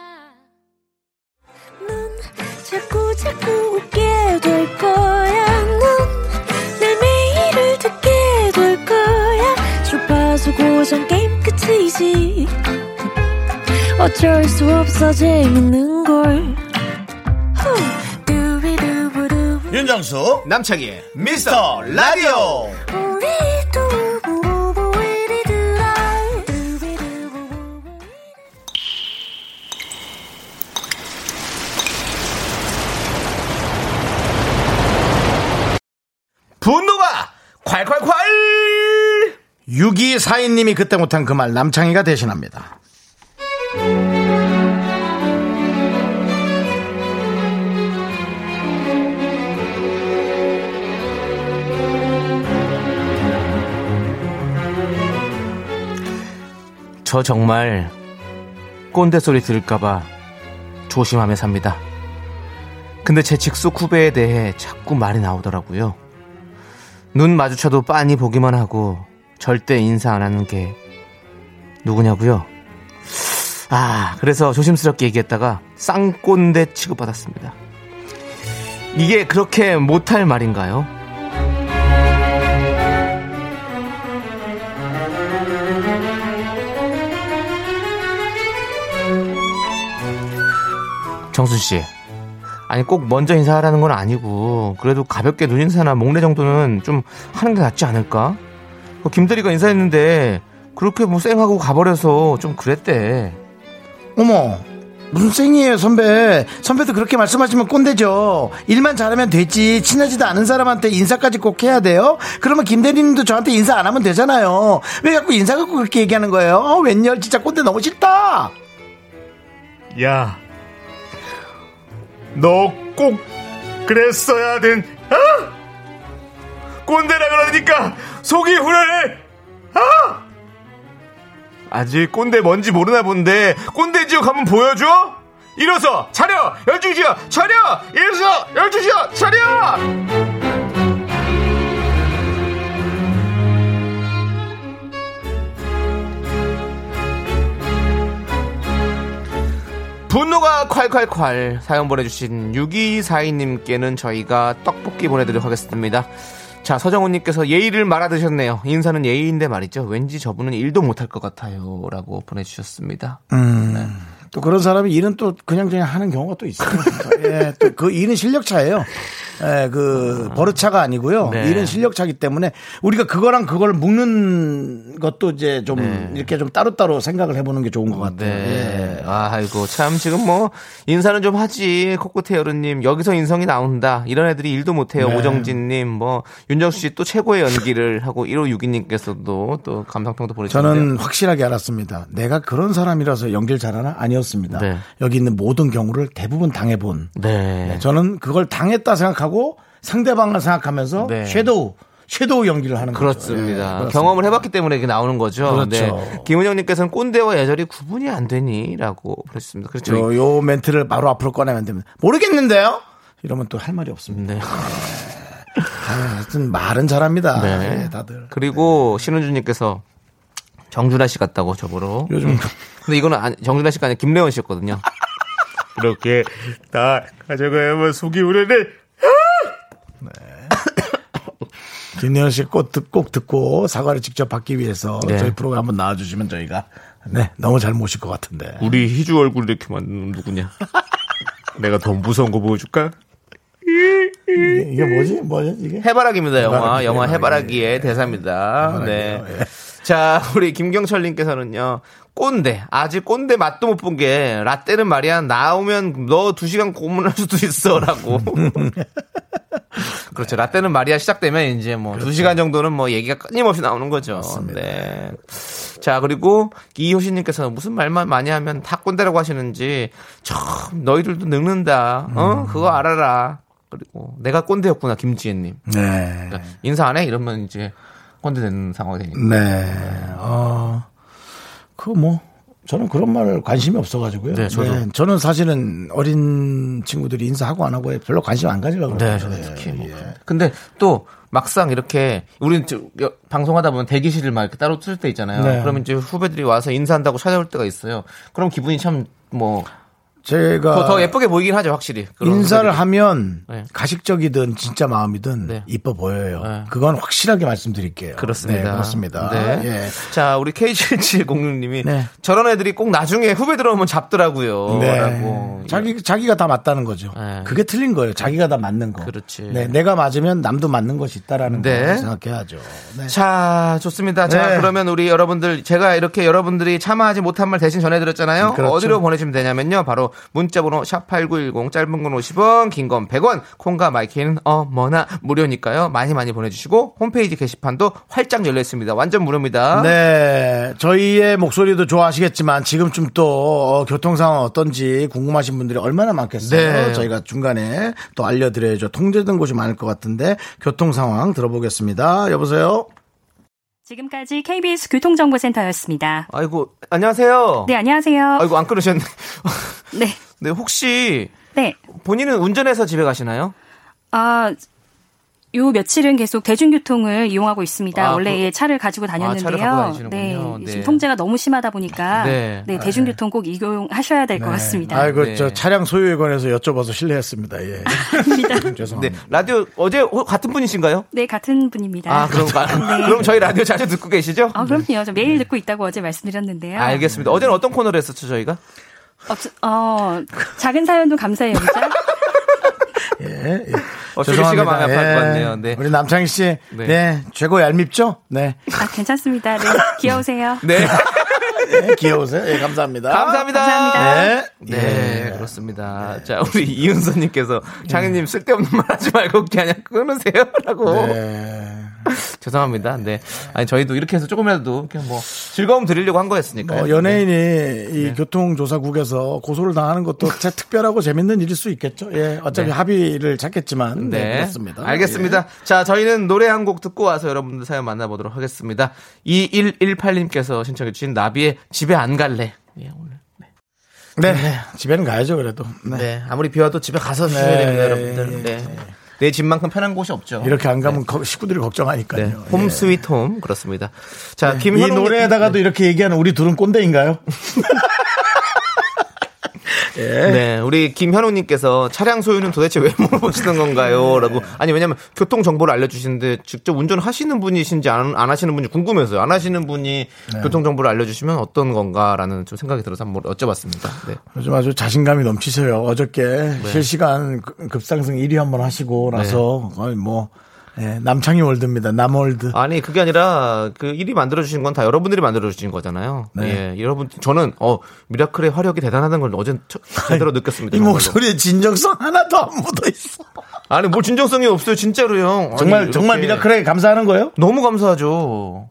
Speaker 5: 자꾸 자꾸 웃게 될 거야. 넌내 매일을 듣게 될 거야. 주파수 고정 게임 끝이지. 어쩔 수 없어 재밌는 걸
Speaker 6: 윤정수
Speaker 2: 남창희의 미스터 라디오 분노가 콸콸콸
Speaker 1: 6242님이 그때 못한 그 말 남창희가 대신합니다.
Speaker 2: 저 정말 꼰대 소리 들을까봐 조심하며 삽니다. 근데 제 직속 후배에 대해 자꾸 말이 나오더라고요. 눈 마주쳐도 빤히 보기만 하고 절대 인사 안 하는 게 누구냐고요? 아, 그래서 조심스럽게 얘기했다가 쌍꼰대 취급받았습니다. 이게 그렇게 못할 말인가요? 정순 씨. 아니 꼭 먼저 인사하라는 건 아니고 그래도 가볍게 눈인사나 목례 정도는 좀 하는 게 낫지 않을까? 그 김대리가 인사했는데 그렇게 뭐 쌩하고 가버려서 좀 그랬대.
Speaker 1: 어머 무슨 쌩이에요 선배 선배도 그렇게 말씀하시면 꼰대죠 일만 잘하면 되지 친하지도 않은 사람한테 인사까지 꼭 해야 돼요 그러면 김대리님도 저한테 인사 안 하면 되잖아요 왜 자꾸 인사 갖고 그렇게 얘기하는 거예요 어, 웬열 진짜 꼰대 너무 싫다
Speaker 6: 야, 너 꼭 그랬어야 된, 아! 꼰대라 그러니까 속이 후련해! 아! 아직 꼰대 뭔지 모르나 본데, 꼰대지역 한번 보여줘? 일어서! 차려! 열중지어! 차려! 일어서! 열중지어! 차려!
Speaker 2: 분노가 콸콸콸 사연 보내주신 6242님께는 저희가 떡볶이 보내드리도록 하겠습니다. 자 서정훈님께서 예의를 말아드셨네요. 인사는 예의인데 말이죠. 왠지 저분은 일도 못할 것 같아요. 라고 보내주셨습니다. 네.
Speaker 1: 또 그런 사람이 일은 또 그냥 그냥 하는 경우가 또 있어요. 예, 또 그 일은 실력 차예요. 예, 그 버릇 차가 아니고요.
Speaker 2: 네.
Speaker 1: 일은 실력 차기 때문에 우리가 그거랑 그걸 묶는 것도 이제 좀 이렇게 좀 따로따로 생각을 해보는 게 좋은 것 같아요. 예.
Speaker 2: 네. 아이고 참 지금 뭐 인사는 좀 하지 코코태 여루님 여기서 인성이 나온다 이런 애들이 일도 못해요
Speaker 1: 네.
Speaker 2: 오정진님 뭐 윤정수 씨 또 최고의 연기를 하고 1562님께서도 또 감상평도 보내주셨는데
Speaker 1: 저는 확실하게 알았습니다. 내가 그런 사람이라서 연기를 잘하나? 아니었습니다.
Speaker 2: 네.
Speaker 1: 여기 있는 모든 경우를 대부분 당해본.
Speaker 2: 네.
Speaker 1: 네, 저는 그걸 당했다 생각하고 상대방을 생각하면서
Speaker 2: 네.
Speaker 1: 섀도우, 섀도우 연기를 하는 거죠. 예,
Speaker 2: 그렇습니다. 경험을 해봤기 때문에 이게 나오는 거죠. 네.
Speaker 1: 그렇죠.
Speaker 2: 김은영님께서는 꼰대와 예절이 구분이 안 되니라고 그랬습니다. 그렇죠.
Speaker 1: 요, 요 멘트를 바로 앞으로 꺼내면 됩니다. 모르겠는데요? 이러면 또 할 말이 없습니다.
Speaker 2: 네.
Speaker 1: 아, 하여튼 말은 잘합니다.
Speaker 2: 네.
Speaker 1: 예, 다들.
Speaker 2: 그리고 신은주님께서 정준하 씨 같다고 저보로.
Speaker 1: 요즘
Speaker 2: 근데 이거는 아니- 정준하 씨가 아니라 김래원 씨였거든요.
Speaker 6: 그렇게 다 가져가야만 뭐 속이 후련해!
Speaker 1: 김내현 씨꼭 꼭 듣고 사과를 직접 받기 위해서
Speaker 2: 네.
Speaker 1: 저희 프로그램 한번 나와주시면 저희가 네 너무 잘 모실 것 같은데
Speaker 2: 음.
Speaker 6: 우리 희주 얼굴 이렇게 만드는 누구냐? 내가 더 무서운 거 보여줄까?
Speaker 1: 이게, 이게 뭐지 뭐지 이게
Speaker 2: 해바라기입니다,
Speaker 1: 예.
Speaker 2: 영화.
Speaker 1: 해바라기,
Speaker 2: 영화
Speaker 1: 해바라기.
Speaker 2: 해바라기의 대사입니다. 네.
Speaker 1: 해바라기요, 예.
Speaker 2: 자, 우리 김경철님께서는요. 꼰대. 아직 꼰대 맛도 못 본 게, 라떼는 말이야. 나오면 너 두 시간 고문할 수도 있어. 라고. 그렇죠. 라떼는 말이야. 시작되면 이제 뭐
Speaker 1: 그렇죠.
Speaker 2: 두 시간 정도는 뭐 얘기가 끊임없이 나오는 거죠. 네. 자, 그리고 이효신님께서는 무슨 말만 많이 하면 다 꼰대라고 하시는지, 참, 너희들도 늙는다. 어?
Speaker 1: 음.
Speaker 2: 그거 알아라. 그리고 내가 꼰대였구나. 김지혜님.
Speaker 1: 네
Speaker 2: 그러니까 인사 안 해? 이러면 이제 꼰대 되는 상황이 되니까.
Speaker 1: 네. 어, 그 뭐, 저는 그런 말 관심이 없어가지고요.
Speaker 2: 네, 저도.
Speaker 1: 저는 사실은 어린 친구들이 인사하고 안 하고에 별로 관심 안 가지려고
Speaker 2: 네,
Speaker 1: 그래요.
Speaker 2: 저는 특히 뭐.
Speaker 1: 예.
Speaker 2: 근데 또 막상 이렇게 우리는 저- 여- 방송하다 보면 대기실을 막 이렇게 따로 쓸 때 있잖아요.
Speaker 1: 네.
Speaker 2: 그러면 이제 후배들이 와서 인사한다고 찾아올 때가 있어요. 그럼 기분이 참 뭐
Speaker 1: 제가
Speaker 2: 더, 더 예쁘게 보이긴 하죠, 확실히. 그런
Speaker 1: 인사를
Speaker 2: 선배들이.
Speaker 1: 하면
Speaker 2: 네.
Speaker 1: 가식적이든 진짜 마음이든
Speaker 2: 네.
Speaker 1: 이뻐 보여요.
Speaker 2: 네.
Speaker 1: 그건 확실하게 말씀드릴게요.
Speaker 2: 그렇습니다.
Speaker 1: 네, 그렇습니다.
Speaker 2: 네.
Speaker 1: 예.
Speaker 2: 자, 우리 K7706님이
Speaker 1: 네.
Speaker 2: 저런 애들이 꼭 나중에 후배 들어오면 잡더라고요.
Speaker 1: 네.
Speaker 2: 라고.
Speaker 1: 자기 자기가 다 맞다는 거죠.
Speaker 2: 네.
Speaker 1: 그게 틀린 거예요. 자기가 다 맞는 거.
Speaker 2: 그렇지.
Speaker 1: 네, 내가 맞으면 남도 맞는 것이 있다라는
Speaker 2: 네.
Speaker 1: 걸 생각해야죠. 네.
Speaker 2: 자, 좋습니다.
Speaker 1: 네.
Speaker 2: 자, 그러면 우리 여러분들, 제가 이렇게 여러분들이 참아하지 못한 말 대신 전해드렸잖아요.
Speaker 1: 그렇죠.
Speaker 2: 어디로 보내주면 되냐면요. 바로 문자번호 샵8910, 짧은 건 50원, 긴 건 100원, 콩과 마이키는 어머나 무료니까요. 많이 많이 보내주시고, 홈페이지 게시판도 활짝 열려있습니다. 완전 무료입니다.
Speaker 1: 네, 저희의 목소리도 좋아하시겠지만 지금쯤 또 어, 교통 상황 어떤지 궁금하신 분들이 얼마나 많겠어요.
Speaker 2: 네.
Speaker 1: 저희가 중간에 또 알려드려야죠. 통제된 곳이 많을 것 같은데 교통 상황 들어보겠습니다. 여보세요.
Speaker 7: 지금까지 KBS 교통정보센터였습니다.
Speaker 2: 아이고, 안녕하세요.
Speaker 7: 네, 안녕하세요.
Speaker 2: 아이고, 안 끊으셨네.
Speaker 7: 네,
Speaker 2: 네, 혹시
Speaker 7: 네.
Speaker 2: 본인은 운전해서 집에 가시나요?
Speaker 7: 아, 요 며칠은 계속 대중교통을 이용하고 있습니다.
Speaker 2: 아,
Speaker 7: 원래
Speaker 2: 그-
Speaker 7: 예, 차를 가지고 다녔는데요.
Speaker 2: 차를 갖고 다니시는군요.
Speaker 7: 네,
Speaker 2: 네.
Speaker 7: 지금 통제가 너무 심하다 보니까
Speaker 2: 네.
Speaker 7: 네, 대중교통 꼭 이용하셔야 될 것 같습니다.
Speaker 1: 아이고 그,
Speaker 2: 네.
Speaker 1: 저 차량 소유에 관해서 여쭤봐서 실례했습니다. 예.
Speaker 2: 네,
Speaker 1: 죄송합니다.
Speaker 2: 라디오 어제 호- 같은 분이신가요?
Speaker 7: 네, 같은 분입니다.
Speaker 2: 아, 그런가? 그럼 저희 라디오 자주 듣고 계시죠?
Speaker 7: 아, 그럼요. 저
Speaker 2: 네.
Speaker 7: 매일 듣고 있다고 어제 말씀드렸는데요.
Speaker 2: 아, 알겠습니다. 어제는 어떤 코너를 했었죠, 저희가?
Speaker 7: 없- 어, 작은 사연도 감사해요. 진짜.
Speaker 1: 예, 예.
Speaker 2: 어, 슬기 씨가
Speaker 1: 죄송합니다. 예.
Speaker 2: 마음이 아플 것 같네요. 네.
Speaker 1: 우리 남창희 씨, 네. 최고 얄밉죠? 네,
Speaker 7: 아, 괜찮습니다. 네, 귀여우세요.
Speaker 2: 네.
Speaker 1: 예, 귀여우세요. 예, 감사합니다.
Speaker 2: 감사합니다.
Speaker 1: 네,
Speaker 2: 네,
Speaker 1: 예.
Speaker 2: 그렇습니다. 자, 우리 이은서님께서 장희님 쓸데없는 말 하지 말고 그냥 끊으세요. 라고.
Speaker 1: 네.
Speaker 2: 죄송합니다. 네. 아니, 저희도 이렇게 해서 조금이라도 이렇게 뭐 즐거움 드리려고 한 거였으니까요.
Speaker 1: 어, 연예인이 이
Speaker 2: 네.
Speaker 1: 교통조사국에서 고소를 당하는 것도 제 특별하고 재밌는 일일 수 있겠죠. 예, 어차피 합의를 찾겠지만 네, 그렇습니다.
Speaker 2: 네.
Speaker 1: 예.
Speaker 2: 알겠습니다. 자, 저희는 노래 한 곡 듣고 와서 여러분들 사연 만나보도록 하겠습니다. 2118님께서 신청해주신 나비의 집에 안 갈래. 예, 오늘.
Speaker 1: 예. 네, 집에는 가야죠 그래도. 네.
Speaker 2: 네. 아무리 비 와도 집에 가서 쉬어야
Speaker 1: 네,
Speaker 2: 됩니다,
Speaker 1: 예,
Speaker 2: 여러분들. 네. 내 집만큼 편한 곳이 없죠.
Speaker 1: 이렇게 안 가면 거- 식구들이 걱정하니까요.
Speaker 2: 네.
Speaker 1: 예. 네.
Speaker 2: 홈 스윗 홈. 그렇습니다. 자,
Speaker 1: 이
Speaker 2: 김현웅
Speaker 1: 노래에다가도 이렇게 얘기하는 우리 둘은 꼰대인가요?
Speaker 2: 네. 네, 우리 김현우님께서 차량 소유는 도대체 왜 물어보시는
Speaker 1: 네.
Speaker 2: 건가요?라고 아니 왜냐면 교통 정보를 알려주시는데 직접 운전하시는 분이신지 안, 안 하시는 분이 궁금해서요. 안 하시는 분이
Speaker 1: 네.
Speaker 2: 교통 정보를 알려주시면 어떤 건가라는 좀 생각이 들어서 한번 여쭤봤습니다. 네,
Speaker 1: 요즘 아주 자신감이 넘치세요. 어저께 실시간 급- 급상승 1위 한번 하시고 나서 거의 뭐 예, 남창희 월드입니다. 남월드.
Speaker 2: 네. 아니 그게 아니라 그 일이 만들어 주신 건 다 여러분들이 만들어 주신 거잖아요.
Speaker 1: 네.
Speaker 2: 예, 여러분 저는 어 미라클의 화력이 대단하다는 걸 어제 처- 제대로 느꼈습니다.
Speaker 1: 이
Speaker 2: 정말로.
Speaker 1: 목소리에 진정성 하나도 안 묻어 있어.
Speaker 2: 아니 뭘 진정성이 없어요, 진짜로요. 아니,
Speaker 1: 정말 정말
Speaker 2: 이렇게.
Speaker 1: 미라클에 감사하는 거예요?
Speaker 2: 너무 감사하죠.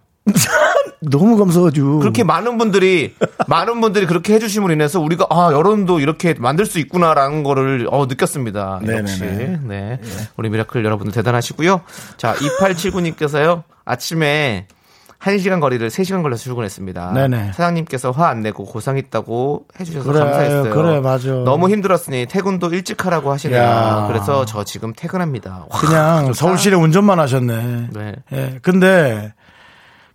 Speaker 1: 너무 감사하죠.
Speaker 2: 그렇게 많은 분들이 많은 분들이 그렇게 해주심으로 인해서 우리가 아 여론도 이렇게 만들 수 있구나라는 거를 어, 느꼈습니다.
Speaker 1: 네네네.
Speaker 2: 역시 네 우리 미라클 여러분들 대단하시고요. 자 2879님께서요 아침에 1시간 거리를 3시간 걸려서 출근했습니다.
Speaker 1: 네네.
Speaker 2: 사장님께서 화 안 내고 고상 있다고 해주셔서
Speaker 1: 그래,
Speaker 2: 감사했어요.
Speaker 1: 그래, 맞아.
Speaker 2: 너무 힘들었으니 퇴근도 일찍 하라고 하시네요.
Speaker 1: 야.
Speaker 2: 그래서 저 지금 퇴근합니다. 와,
Speaker 1: 그냥 서울시내 운전만 하셨네.
Speaker 2: 네.
Speaker 1: 예. 근데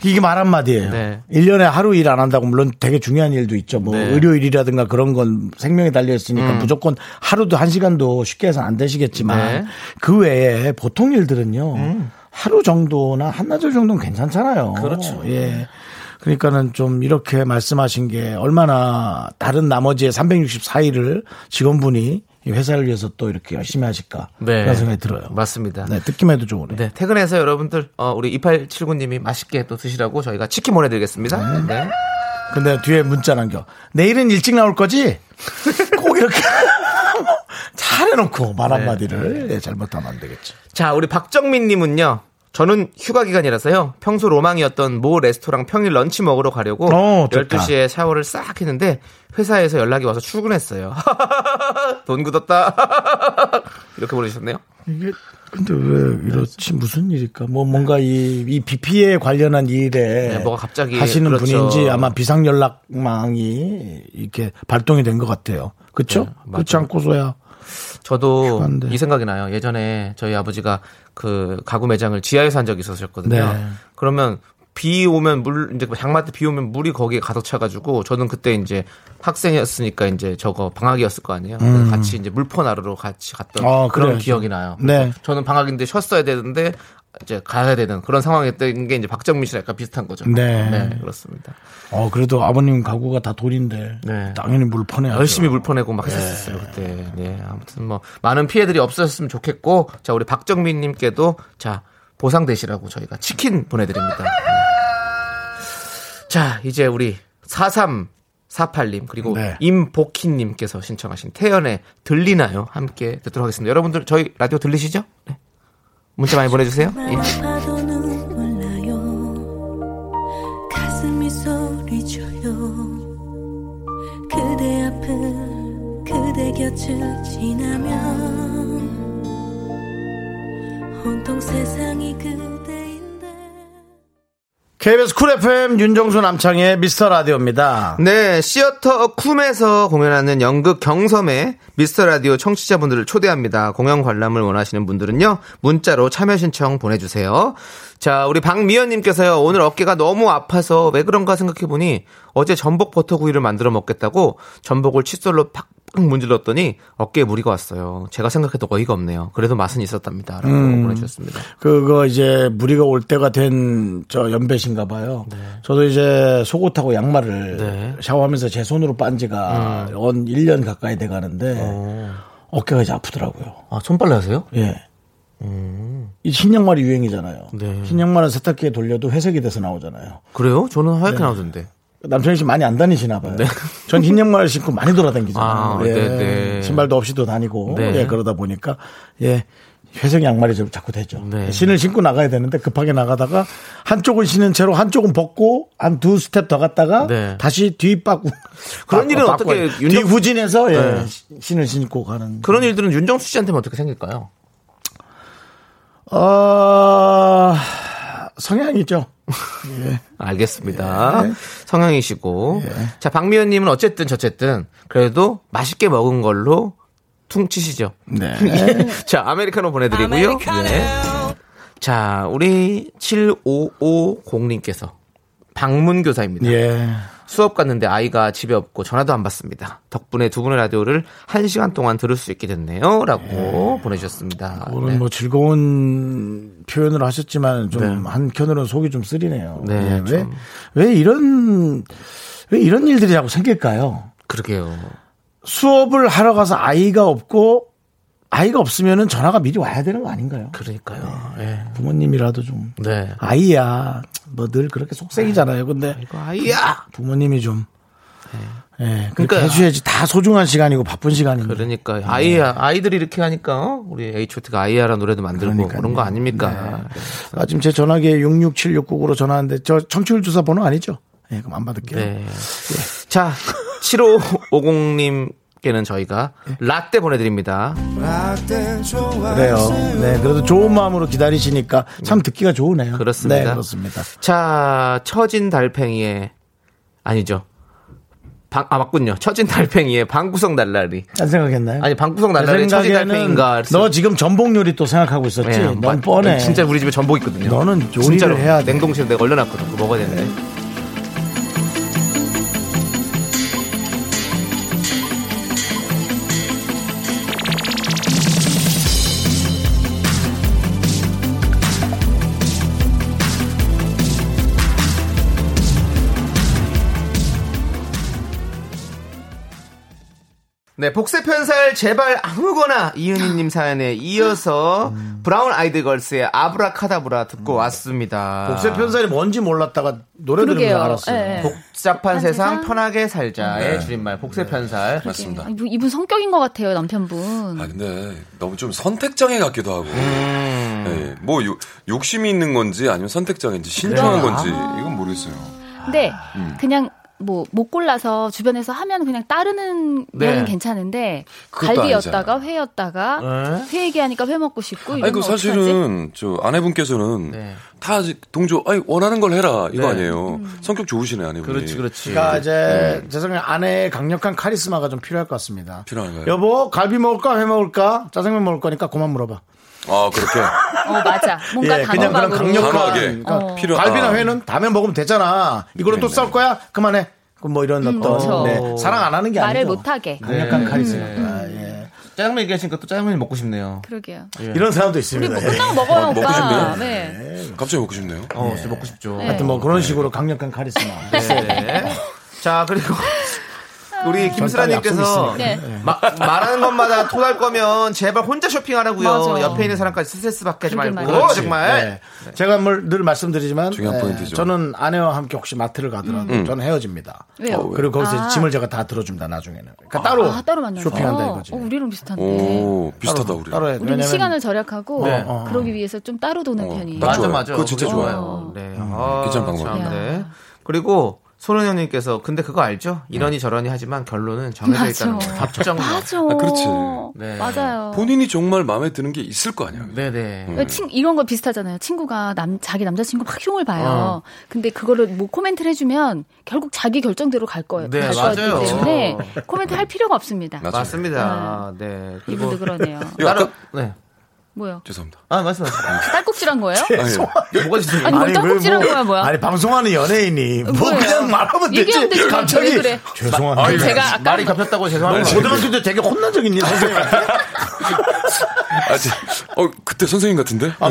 Speaker 1: 이게 말 한마디예요.
Speaker 2: 네.
Speaker 1: 1년에 하루 일 안 한다고 물론 되게 중요한 일도 있죠. 뭐
Speaker 2: 네. 음.
Speaker 1: 의료일이라든가 그런 건 생명이 달려 있으니까 무조건 하루도 한 시간도 쉽게 해서 안 되시겠지만
Speaker 2: 네. 음.
Speaker 1: 그 외에 보통 일들은요. 하루 정도나 한나절 정도는 괜찮잖아요.
Speaker 2: 그렇죠.
Speaker 1: 예. 그러니까는 좀 이렇게 말씀하신 게 얼마나 다른 나머지의 364일을 직원분이 이 회사를 위해서 또 이렇게 열심히 하실까
Speaker 2: 네.
Speaker 1: 그런 생각이 들어요.
Speaker 2: 맞습니다.
Speaker 1: 네, 듣기만 해도 좋으네.
Speaker 2: 네, 퇴근해서 여러분들 어, 우리 2879님이 맛있게 또 드시라고 저희가 치킨 보내드리겠습니다. 네.
Speaker 1: 근데 뒤에 문자 남겨. 내일은 일찍 나올 거지? 꼭 이렇게 잘 해놓고
Speaker 2: 네.
Speaker 1: 말 한마디를 예, 잘못하면 안 되겠죠.
Speaker 2: 자, 우리 박정민님은요. 저는 휴가 기간이라서요. 평소 로망이었던 모 레스토랑 평일 런치 먹으러 가려고
Speaker 1: 어, 좋다.
Speaker 2: 12시에 샤워를 싹 했는데 회사에서 연락이 와서 출근했어요. 돈 굳었다. 이렇게 보내주셨네요.
Speaker 1: 이게 근데 왜 이렇지 무슨 일일까? 뭐 뭔가 이, 이 BP에 관련한 일에
Speaker 2: 네, 뭐가 갑자기
Speaker 1: 하시는
Speaker 2: 그렇죠.
Speaker 1: 분인지 아마 비상 연락망이 이렇게 발동이 된 것 같아요. 그렇죠?
Speaker 2: 네, 맞아요.
Speaker 1: 그렇지 않고서야
Speaker 2: 저도
Speaker 1: 휴가인데.
Speaker 2: 이 생각이 나요. 예전에 저희 아버지가 그 가구 매장을 지하에서 한 적이 있었었거든요.
Speaker 1: 네.
Speaker 2: 그러면 비 오면 물 이제 장마때 비 오면 물이 거기에 가득 차가지고 저는 그때 이제 학생이었으니까 이제 저거 방학이었을 거 아니에요. 그래서 같이 이제 물포 나르러 같이 갔던
Speaker 1: 어,
Speaker 2: 그런
Speaker 1: 음. 그래요.
Speaker 2: 기억이 나요.
Speaker 1: 네.
Speaker 2: 저는 방학인데 쉬었어야 되는데 이제 가야 되는 그런 상황이었던 게 이제 박정민 씨랑 약간 비슷한 거죠.
Speaker 1: 네.
Speaker 2: 그렇습니다.
Speaker 1: 어, 그래도 아버님 가구가 다 돌인데.
Speaker 2: 네.
Speaker 1: 당연히 물 퍼내야죠.
Speaker 2: 열심히 물 퍼내고 막 했었어요 그때. 네, 아무튼 뭐 많은 피해들이 없었으면 좋겠고 자 우리 박정민님께도 자 보상 되시라고 저희가 치킨 보내드립니다. 네. 자 이제 우리 4348님 그리고
Speaker 1: 네.
Speaker 2: 임복희님께서 신청하신 태연의 들리나요 함께 듣도록 하겠습니다. 여러분들 저희 라디오 들리시죠? 네. 문자 많이 보내주세요. 예.
Speaker 5: 아파도 눈물 나요 가슴이 소리쳐요 그대 앞을 그대 곁을 지나면 온통 세상이 그대인데
Speaker 1: KBS 쿨 FM 윤정수 남창의 미스터 라디오입니다.
Speaker 2: 네, 시어터 쿰에서 공연하는 연극 경섬에 미스터 라디오 청취자분들을 초대합니다. 공연 관람을 원하시는 분들은요, 문자로 참여 신청 보내주세요. 자, 우리 박미연님께서요, 오늘 어깨가 너무 아파서 왜 그런가 생각해보니 어제 전복 버터구이를 만들어 먹겠다고 전복을 칫솔로 팍 문질렀더니 어깨에 무리가 왔어요. 제가 생각해도 어이가 없네요. 그래도 맛은 있었답니다. 라고 보내주셨습니다.
Speaker 1: 그거 이제 무리가 올 때가 된 저 연배신가 봐요. 저도 이제 속옷하고 양말을
Speaker 2: 네. 음.
Speaker 1: 샤워하면서 제 손으로 빤 지가 한 1년 가까이 돼 가는데
Speaker 2: 어.
Speaker 1: 어깨가 이제 아프더라고요.
Speaker 2: 아, 손빨래 하세요?
Speaker 1: 예. 이 흰 양말이 유행이잖아요.
Speaker 2: 음. 네.
Speaker 1: 흰 양말은 세탁기에 돌려도 회색이 돼서 나오잖아요.
Speaker 2: 그래요? 저는 하얗게 나오던데.
Speaker 1: 남편이 씨 많이 안 다니시나 봐요. 전 흰 양말 신고 많이 돌아다니잖아요.
Speaker 2: 네.
Speaker 1: 예.
Speaker 2: 아, 네, 네.
Speaker 1: 신발도 없이도 다니고
Speaker 2: 네.
Speaker 1: 예, 그러다 보니까 예. 회색 양말이 좀 자꾸 되죠.
Speaker 2: 네.
Speaker 1: 신을 신고 나가야 되는데 급하게 나가다가 한쪽은 신은 채로 한쪽은 벗고 한 두 스텝 더 갔다가
Speaker 2: 네.
Speaker 1: 다시 뒤바꾸
Speaker 2: 그런
Speaker 1: 바-
Speaker 2: 일은
Speaker 1: 바꿔요.
Speaker 2: 어떻게 윤정-
Speaker 1: 뒤후진해서 예,
Speaker 2: 네.
Speaker 1: 신을 신고 가는
Speaker 2: 그런 일들은 윤정수 씨한테는 어떻게 생길까요?
Speaker 1: 어... 성향이죠.
Speaker 2: 알겠습니다. 성향이시고. 자, 박미연님은 어쨌든 저쨌든 그래도 맛있게 먹은 걸로 퉁치시죠.
Speaker 1: 네.
Speaker 2: 자, 아메리카노 보내드리고요. 예. 자, 우리 7550님께서 방문교사입니다.
Speaker 1: 예.
Speaker 2: 수업 갔는데 아이가 집에 없고 전화도 안 받습니다. 덕분에 두 분의 라디오를 한시간 동안 들을 수 있게 됐네요. 라고 보내주셨습니다.
Speaker 1: 오늘
Speaker 2: 네.
Speaker 1: 뭐 즐거운 표현을 하셨지만 좀 한켠으로는 속이 좀 쓰리네요.
Speaker 2: 네,
Speaker 1: 예, 왜,
Speaker 2: 좀.
Speaker 1: 왜 이런, 왜 이런 일들이 자꾸 생길까요?
Speaker 2: 네. 그러게요.
Speaker 1: 수업을 하러 가서 아이가 없고 아이가 없으면은 전화가 미리 와야 되는 거 아닌가요?
Speaker 2: 그러니까요. 예.
Speaker 1: 부모님이라도 좀.
Speaker 2: 네.
Speaker 1: 아이야. 뭐 늘 그렇게 속생이잖아요. 근데
Speaker 2: 이거 아이야!
Speaker 1: 부모님이 좀. 예. 그러니까
Speaker 2: 그러니까요.
Speaker 1: 해줘야지 다 소중한 시간이고 바쁜 시간인데.
Speaker 2: 그러니까 아이야 아이들이 이렇게 하니까 어? 우리 H.O.T가 아이야라는 노래도 만들고 그런거 아닙니까?
Speaker 1: 아, 지금 제 전화기에 66769로 전화하는데 저 청취율 조사 번호 아니죠? 예, 그럼 안 받을게요.
Speaker 2: 네. 자, 7550님께는 저희가
Speaker 1: 네.
Speaker 2: 라떼 보내드립니다.
Speaker 1: 그래요. 네, 그래도 좋은 마음으로 기다리시니까 참 듣기가 좋으네요. 네,
Speaker 2: 그렇습니다.
Speaker 1: 그렇습니다.
Speaker 2: 자, 처진 달팽이의 아니죠. 방, 아 맞군요. 처진 달팽이의 방구석 날라리.
Speaker 1: 딴 생각했나요?
Speaker 2: 아니 방구석 날라리
Speaker 1: 내
Speaker 2: 처진
Speaker 1: 생각에는
Speaker 2: 달팽이인가? 그래서-
Speaker 1: 너 지금 전복 요리 또 생각하고 있었지?
Speaker 2: 예,
Speaker 1: 넌
Speaker 2: 마-
Speaker 1: 뻔해. 아.
Speaker 2: 진짜 우리 집에 전복 있거든요.
Speaker 1: 너는 요리를
Speaker 2: 진짜로
Speaker 1: 해야 돼.
Speaker 2: 냉동실에 내가 얼려놨거든. 그거 먹어야 되는데. 네, 복세편살 제발 아무거나 이은희님 사연에 이어서
Speaker 8: 음.
Speaker 2: 브라운 아이드 걸스의 아브라카다브라 듣고 왔습니다.
Speaker 1: 복세 편살이 뭔지 몰랐다가 노래 들으면서 알았어요.
Speaker 5: 네,
Speaker 2: 복잡한 세상 편하게
Speaker 8: 네.
Speaker 2: 살자의 줄임말 복세편살.
Speaker 8: 맞습니다.
Speaker 9: 예. 아, 이분, 이분 성격인 것 같아요 남편분.
Speaker 8: 아 근데 너무 좀 선택장애 같기도 하고
Speaker 1: 음.
Speaker 8: 예, 뭐 요- 욕심이 있는 건지 아니면 선택장애인지 신중한
Speaker 1: 아,
Speaker 8: 건지 이건 모르겠어요. 음.
Speaker 9: 근데 그냥 뭐 못 골라서 주변에서 하면 그냥 따르는
Speaker 2: 네.
Speaker 9: 면은 괜찮은데
Speaker 8: 그것도
Speaker 9: 갈비였다가
Speaker 1: 네.
Speaker 9: 회였다가 회 얘기하니까 회 먹고 싶고 이런
Speaker 8: 아니 그
Speaker 9: 거 어떡하지?
Speaker 8: 사실은 저 아내분께서는
Speaker 2: 네.
Speaker 8: 다 아직 동조 아니 원하는 걸 해라 이거
Speaker 2: 네.
Speaker 8: 아니에요. 성격 좋으시네 아내분이.
Speaker 2: 그렇지, 그렇지.
Speaker 1: 그러니까
Speaker 2: 네.
Speaker 1: 이제 죄송해요 아내의 강력한 카리스마가 좀 필요할 것 같습니다.
Speaker 8: 필요한가요?
Speaker 1: 여보 갈비 먹을까 회 먹을까 짜장면 먹을 거니까 그만 물어봐.
Speaker 8: 아 그렇게.
Speaker 5: 어 맞아. 뭔가
Speaker 1: 예, 그냥 그런
Speaker 5: 단호박으로.
Speaker 1: 강력한
Speaker 8: 강하게.
Speaker 1: 그러니까
Speaker 8: 어. 필요-
Speaker 1: 갈비나
Speaker 8: 아.
Speaker 1: 회는 다음에 먹으면 되잖아. 이걸로
Speaker 2: 네,
Speaker 1: 또 싸울 거야? 그만해. 그럼 뭐 이런
Speaker 5: 그렇죠.
Speaker 1: 어떤 네, 사랑 안 하는 게
Speaker 5: 말을
Speaker 1: 아니고
Speaker 5: 못하게.
Speaker 1: 강력한
Speaker 2: 네.
Speaker 1: 카리스마. 아, 예.
Speaker 2: 그 짜장면 얘기하시니까 또 짜장면이 먹고 싶네요.
Speaker 5: 그러게요.
Speaker 1: 이런 사람도
Speaker 5: 우리
Speaker 1: 있습니다.
Speaker 5: 예. 뭐
Speaker 1: 예.
Speaker 5: 끝나고 먹어요,
Speaker 8: 어, 먹고
Speaker 5: 오빠.
Speaker 8: 싶네요.
Speaker 5: 네.
Speaker 8: 갑자기 먹고 싶네요.
Speaker 2: 어, 진짜 먹고 싶죠.
Speaker 1: 하여튼 뭐 그런 식으로 강력한 카리스마. 예,
Speaker 2: 네. 자 그리고 우리 김슬아님께서
Speaker 1: 약속이
Speaker 5: 네.
Speaker 2: 마- 말하는 것마다 토할 거면 제발 혼자 쇼핑하라고요.
Speaker 5: 맞아.
Speaker 2: 옆에 있는 사람까지 스트레스 받게 하지
Speaker 5: 그러게
Speaker 2: 말고
Speaker 5: 말이야.
Speaker 2: 정말.
Speaker 1: 네. 제가 뭘 늘 말씀드리지만 예,
Speaker 8: 중요한 포인트죠. 음.
Speaker 1: 저는 아내와 함께 혹시 마트를 가더라도 저는 헤어집니다.
Speaker 5: 왜요? 어,
Speaker 1: 그리고 거기서
Speaker 5: 아.
Speaker 1: 짐을 제가 다 들어줍니다. 나중에는 그러니까 따로,
Speaker 5: 아, 따로 만나서.
Speaker 1: 쇼핑한다 이거지.
Speaker 5: 어, 우리랑 비슷한데.
Speaker 8: 오 비슷하다
Speaker 1: 따로,
Speaker 8: 우리.
Speaker 1: 따로 해요.
Speaker 5: 네. 우리는
Speaker 1: 왜냐면
Speaker 5: 시간을 절약하고
Speaker 2: 네.
Speaker 1: 어, 어.
Speaker 5: 그러기 위해서 좀 따로 도는
Speaker 8: 어,
Speaker 5: 편이에요.
Speaker 8: 딱
Speaker 2: 맞아
Speaker 8: 좋아요.
Speaker 2: 맞아.
Speaker 8: 그거 진짜
Speaker 2: 그거
Speaker 8: 좋아요.
Speaker 2: 네. 아,
Speaker 8: 괜찮은 방법이다.
Speaker 2: 참, 네. 그리고 손은영님께서 근데 그거 알죠? 이러니 저러니 하지만 결론은 정해져 있다는 거.
Speaker 5: 맞아.
Speaker 2: 답정.
Speaker 5: 맞아.
Speaker 8: 아, 그렇지.
Speaker 2: 네.
Speaker 5: 맞아요.
Speaker 8: 본인이 정말 마음에 드는 게 있을 거 아니야.
Speaker 2: 네네.
Speaker 5: 왜 친, 이런 거 비슷하잖아요. 친구가 남, 자기 남자친구 막 흉을 봐요. 근데 그거를 뭐 코멘트를 해주면 결국 자기 결정대로 갈 거예요.
Speaker 2: 네,
Speaker 5: 갈 거기
Speaker 2: 맞아요.
Speaker 5: 때문에 코멘트 할 필요가 없습니다.
Speaker 8: 맞-
Speaker 2: 맞습니다. 네. 그리고
Speaker 5: 이분도 그러네요.
Speaker 8: 이거
Speaker 2: 따로
Speaker 8: 아까-
Speaker 2: 네.
Speaker 5: 뭐요?
Speaker 8: 죄송합니다.
Speaker 2: 아 말씀하세요.
Speaker 5: 딸꾹질한 거예요?
Speaker 6: 네,
Speaker 8: 아니,
Speaker 2: 뭐가 죄송해요.
Speaker 5: 아니, 뭘
Speaker 1: 아니, 왜
Speaker 5: 떡국질한
Speaker 1: 뭐-
Speaker 5: 거야, 뭐야?
Speaker 1: 아니 방송하는 연예인이 뭐
Speaker 5: 뭐예요?
Speaker 1: 그냥 말하면
Speaker 5: 얘기하면
Speaker 1: 되지.
Speaker 5: 되지, 뭐.
Speaker 1: 갑자기
Speaker 5: 왜 그래?
Speaker 1: 죄송합니다.
Speaker 8: 아니,
Speaker 5: 제가 아까
Speaker 2: 말이 겹쳤다고 죄송합니다.
Speaker 1: 고등학교 때 되게 혼난 적 있니 선생님한테?
Speaker 8: 아, 지- 어 그때 선생님 같은데. 아,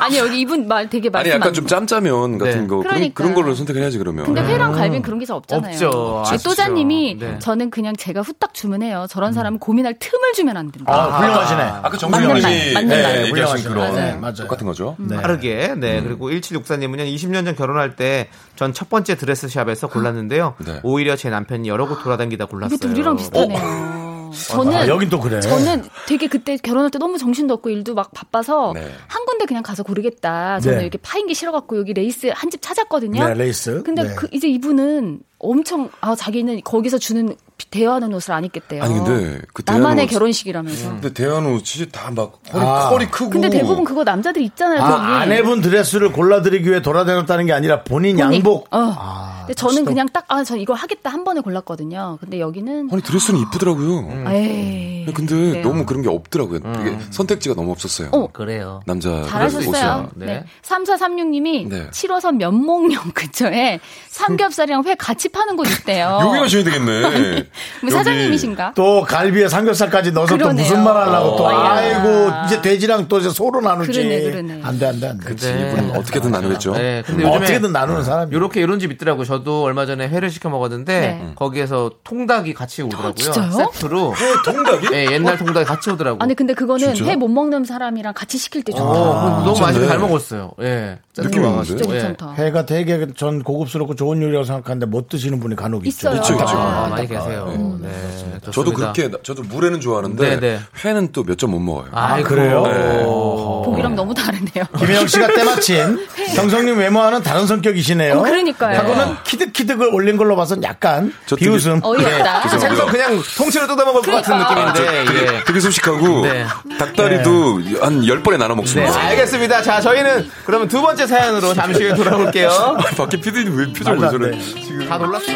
Speaker 5: 아니 여기 이분 말 되게
Speaker 8: 아니
Speaker 5: 말씀
Speaker 8: 약간
Speaker 5: 많이
Speaker 8: 좀 짬짜면 같은
Speaker 2: 네.
Speaker 8: 거 그런,
Speaker 5: 그러니까.
Speaker 8: 그런 걸로 선택해야지 그러면. 네.
Speaker 5: 근데 회랑 갈비는 그런 게 잘 없잖아요.
Speaker 2: 없죠.
Speaker 5: 제
Speaker 2: 아쉽죠.
Speaker 5: 또자님이
Speaker 2: 네.
Speaker 5: 저는 그냥 제가 후딱 주문해요. 저런 사람은 고민할 틈을 주면 안 된다.
Speaker 1: 아, 훌륭하시네. 예,
Speaker 8: 아까
Speaker 5: 맞는 말, 맞는 말. 음.
Speaker 8: 네, 얘기하신
Speaker 1: 훌륭하시네.
Speaker 8: 그런
Speaker 1: 네, 맞아요.
Speaker 8: 똑같은 거죠.
Speaker 2: 빠르게. 네. 그리고 1764님은요, 20년 전 결혼할 때 전 첫 번째 드레스샵에서 골랐는데요.
Speaker 8: 네.
Speaker 2: 오히려 제 남편이 여러 곳 돌아다니다 골랐어요.
Speaker 5: 이것도 우리랑 비슷하네요. 저는
Speaker 1: 아, 여긴 또 그래.
Speaker 5: 저는 되게 그때 결혼할 때 너무 정신도 없고 일도 막 바빠서
Speaker 8: 네.
Speaker 5: 한 군데 그냥 가서 고르겠다. 저는
Speaker 1: 네.
Speaker 5: 여기 파인 게 싫어갖고 여기 레이스 한 집 찾았거든요.
Speaker 1: 네, 레이스.
Speaker 5: 근데
Speaker 1: 네.
Speaker 5: 그 이제 이분은 엄청 아 자기는 거기서 주는 대여하는 옷을 안 입겠대요.
Speaker 8: 아니, 근데 그 대여하는
Speaker 5: 나만의
Speaker 8: 옷- 음.
Speaker 5: 결혼식이라면서.
Speaker 8: 근데 대현 옷이 다막 허리,
Speaker 1: 아.
Speaker 8: 허리 크고.
Speaker 5: 근데 대부분 그거 남자들 있잖아요.
Speaker 1: 아,
Speaker 5: 거기.
Speaker 1: 아내분 드레스를 골라드리기 위해 돌아다녔다는 게 아니라 본인,
Speaker 5: 본인.
Speaker 1: 양복.
Speaker 5: 어.
Speaker 1: 아,
Speaker 5: 근데 저는 그냥 딱, 아, 전 이걸 하겠다 한 번에 골랐거든요. 근데 여기는.
Speaker 8: 아니 드레스는 이쁘더라고요.
Speaker 2: 음.
Speaker 5: 에이.
Speaker 8: 근데
Speaker 5: 그래요.
Speaker 8: 너무 그런 게 없더라고요. 되게 선택지가 너무 없었어요.
Speaker 5: 네. 어.
Speaker 2: 그래요.
Speaker 8: 남자
Speaker 5: 잘하셨어요.
Speaker 8: 옷이랑.
Speaker 5: 네.
Speaker 2: 네.
Speaker 5: 3436님이
Speaker 8: 네.
Speaker 5: 7호선 면목역 근처에 삼겹살이랑 회 같이 파는 곳 있대요.
Speaker 8: 여기 가셔야 되겠네.
Speaker 5: 뭐 사장님이신가?
Speaker 1: 또 갈비에 삼겹살까지 넣어서 또
Speaker 5: 그러네요.
Speaker 1: 무슨 말 하려고 또
Speaker 5: 어.
Speaker 1: 아이고 이제 돼지랑 또 이제 소로 나누지.
Speaker 5: 그러네, 그러네.
Speaker 1: 안 돼, 안 돼, 안 돼.
Speaker 2: 네.
Speaker 8: 이분 어떻게든 나누겠죠.
Speaker 2: 네. 근데
Speaker 1: 뭐
Speaker 2: 요즘에
Speaker 1: 어떻게든 나누는 사람이.
Speaker 2: 요렇게 이런 집 있더라고요. 저도 얼마 전에 회를 시켜 먹었는데
Speaker 5: 네. 아,
Speaker 2: 음. 거기에서 통닭이 같이 오더라고요.
Speaker 5: 진짜요?
Speaker 2: 세트로.
Speaker 8: 통닭이?
Speaker 2: 예, 옛날 통닭이 같이 오더라고요.
Speaker 5: 아니, 근데 그거는
Speaker 8: 진짜?
Speaker 5: 회 못 먹는 사람이랑 같이 시킬 때
Speaker 2: 어,
Speaker 5: 좋다. 음,
Speaker 2: 너무
Speaker 8: 진짜네.
Speaker 2: 맛있게 잘 먹었어요. 예.
Speaker 8: 느낌
Speaker 2: 와가지고.
Speaker 5: 진짜
Speaker 8: 있는데?
Speaker 2: 예.
Speaker 5: 괜찮다.
Speaker 1: 회가 되게 전 고급스럽고 좋은 요리라고 생각하는데 못 드시는 분이 간혹 있죠.
Speaker 5: 있어요.
Speaker 8: 있죠, 있죠.
Speaker 2: 아,
Speaker 8: 아,
Speaker 2: 많이 계세요. 네. 좋습니다.
Speaker 8: 저도 그렇게 나- 저도 물에는 좋아하는데
Speaker 2: 네, 네.
Speaker 8: 회는 또 몇 점 못 먹어요.
Speaker 2: 아이고.
Speaker 1: 그래요?
Speaker 5: 보기랑 너무 다르네요.
Speaker 1: 김혜영 씨가 때마침 경성님 외모와는 다른 성격이시네요.
Speaker 5: 네. 어, 그러니까요.
Speaker 1: 하고는 키득키득을 올린 걸로 봐서 약간
Speaker 8: 저 되게-
Speaker 1: 비웃음.
Speaker 5: 어이없다.
Speaker 8: 네,
Speaker 2: 그래서
Speaker 8: 죄송합니다.
Speaker 2: 그냥 통째로 뜯어먹을 것
Speaker 5: 그러니까.
Speaker 2: 같은 느낌인데. 예.
Speaker 8: 되게 소식하고
Speaker 2: 네.
Speaker 8: 닭다리도 한 열번에 나눠
Speaker 2: 네,
Speaker 8: 먹습니다.
Speaker 2: 알겠습니다. 자, 저희는 그러면 두 번째 사연으로 잠시 후에 돌아올게요.
Speaker 8: 밖에 피디님 왜 표정 왜
Speaker 1: 말도 안
Speaker 8: 저래?
Speaker 1: 돼.
Speaker 2: 다 놀랐어.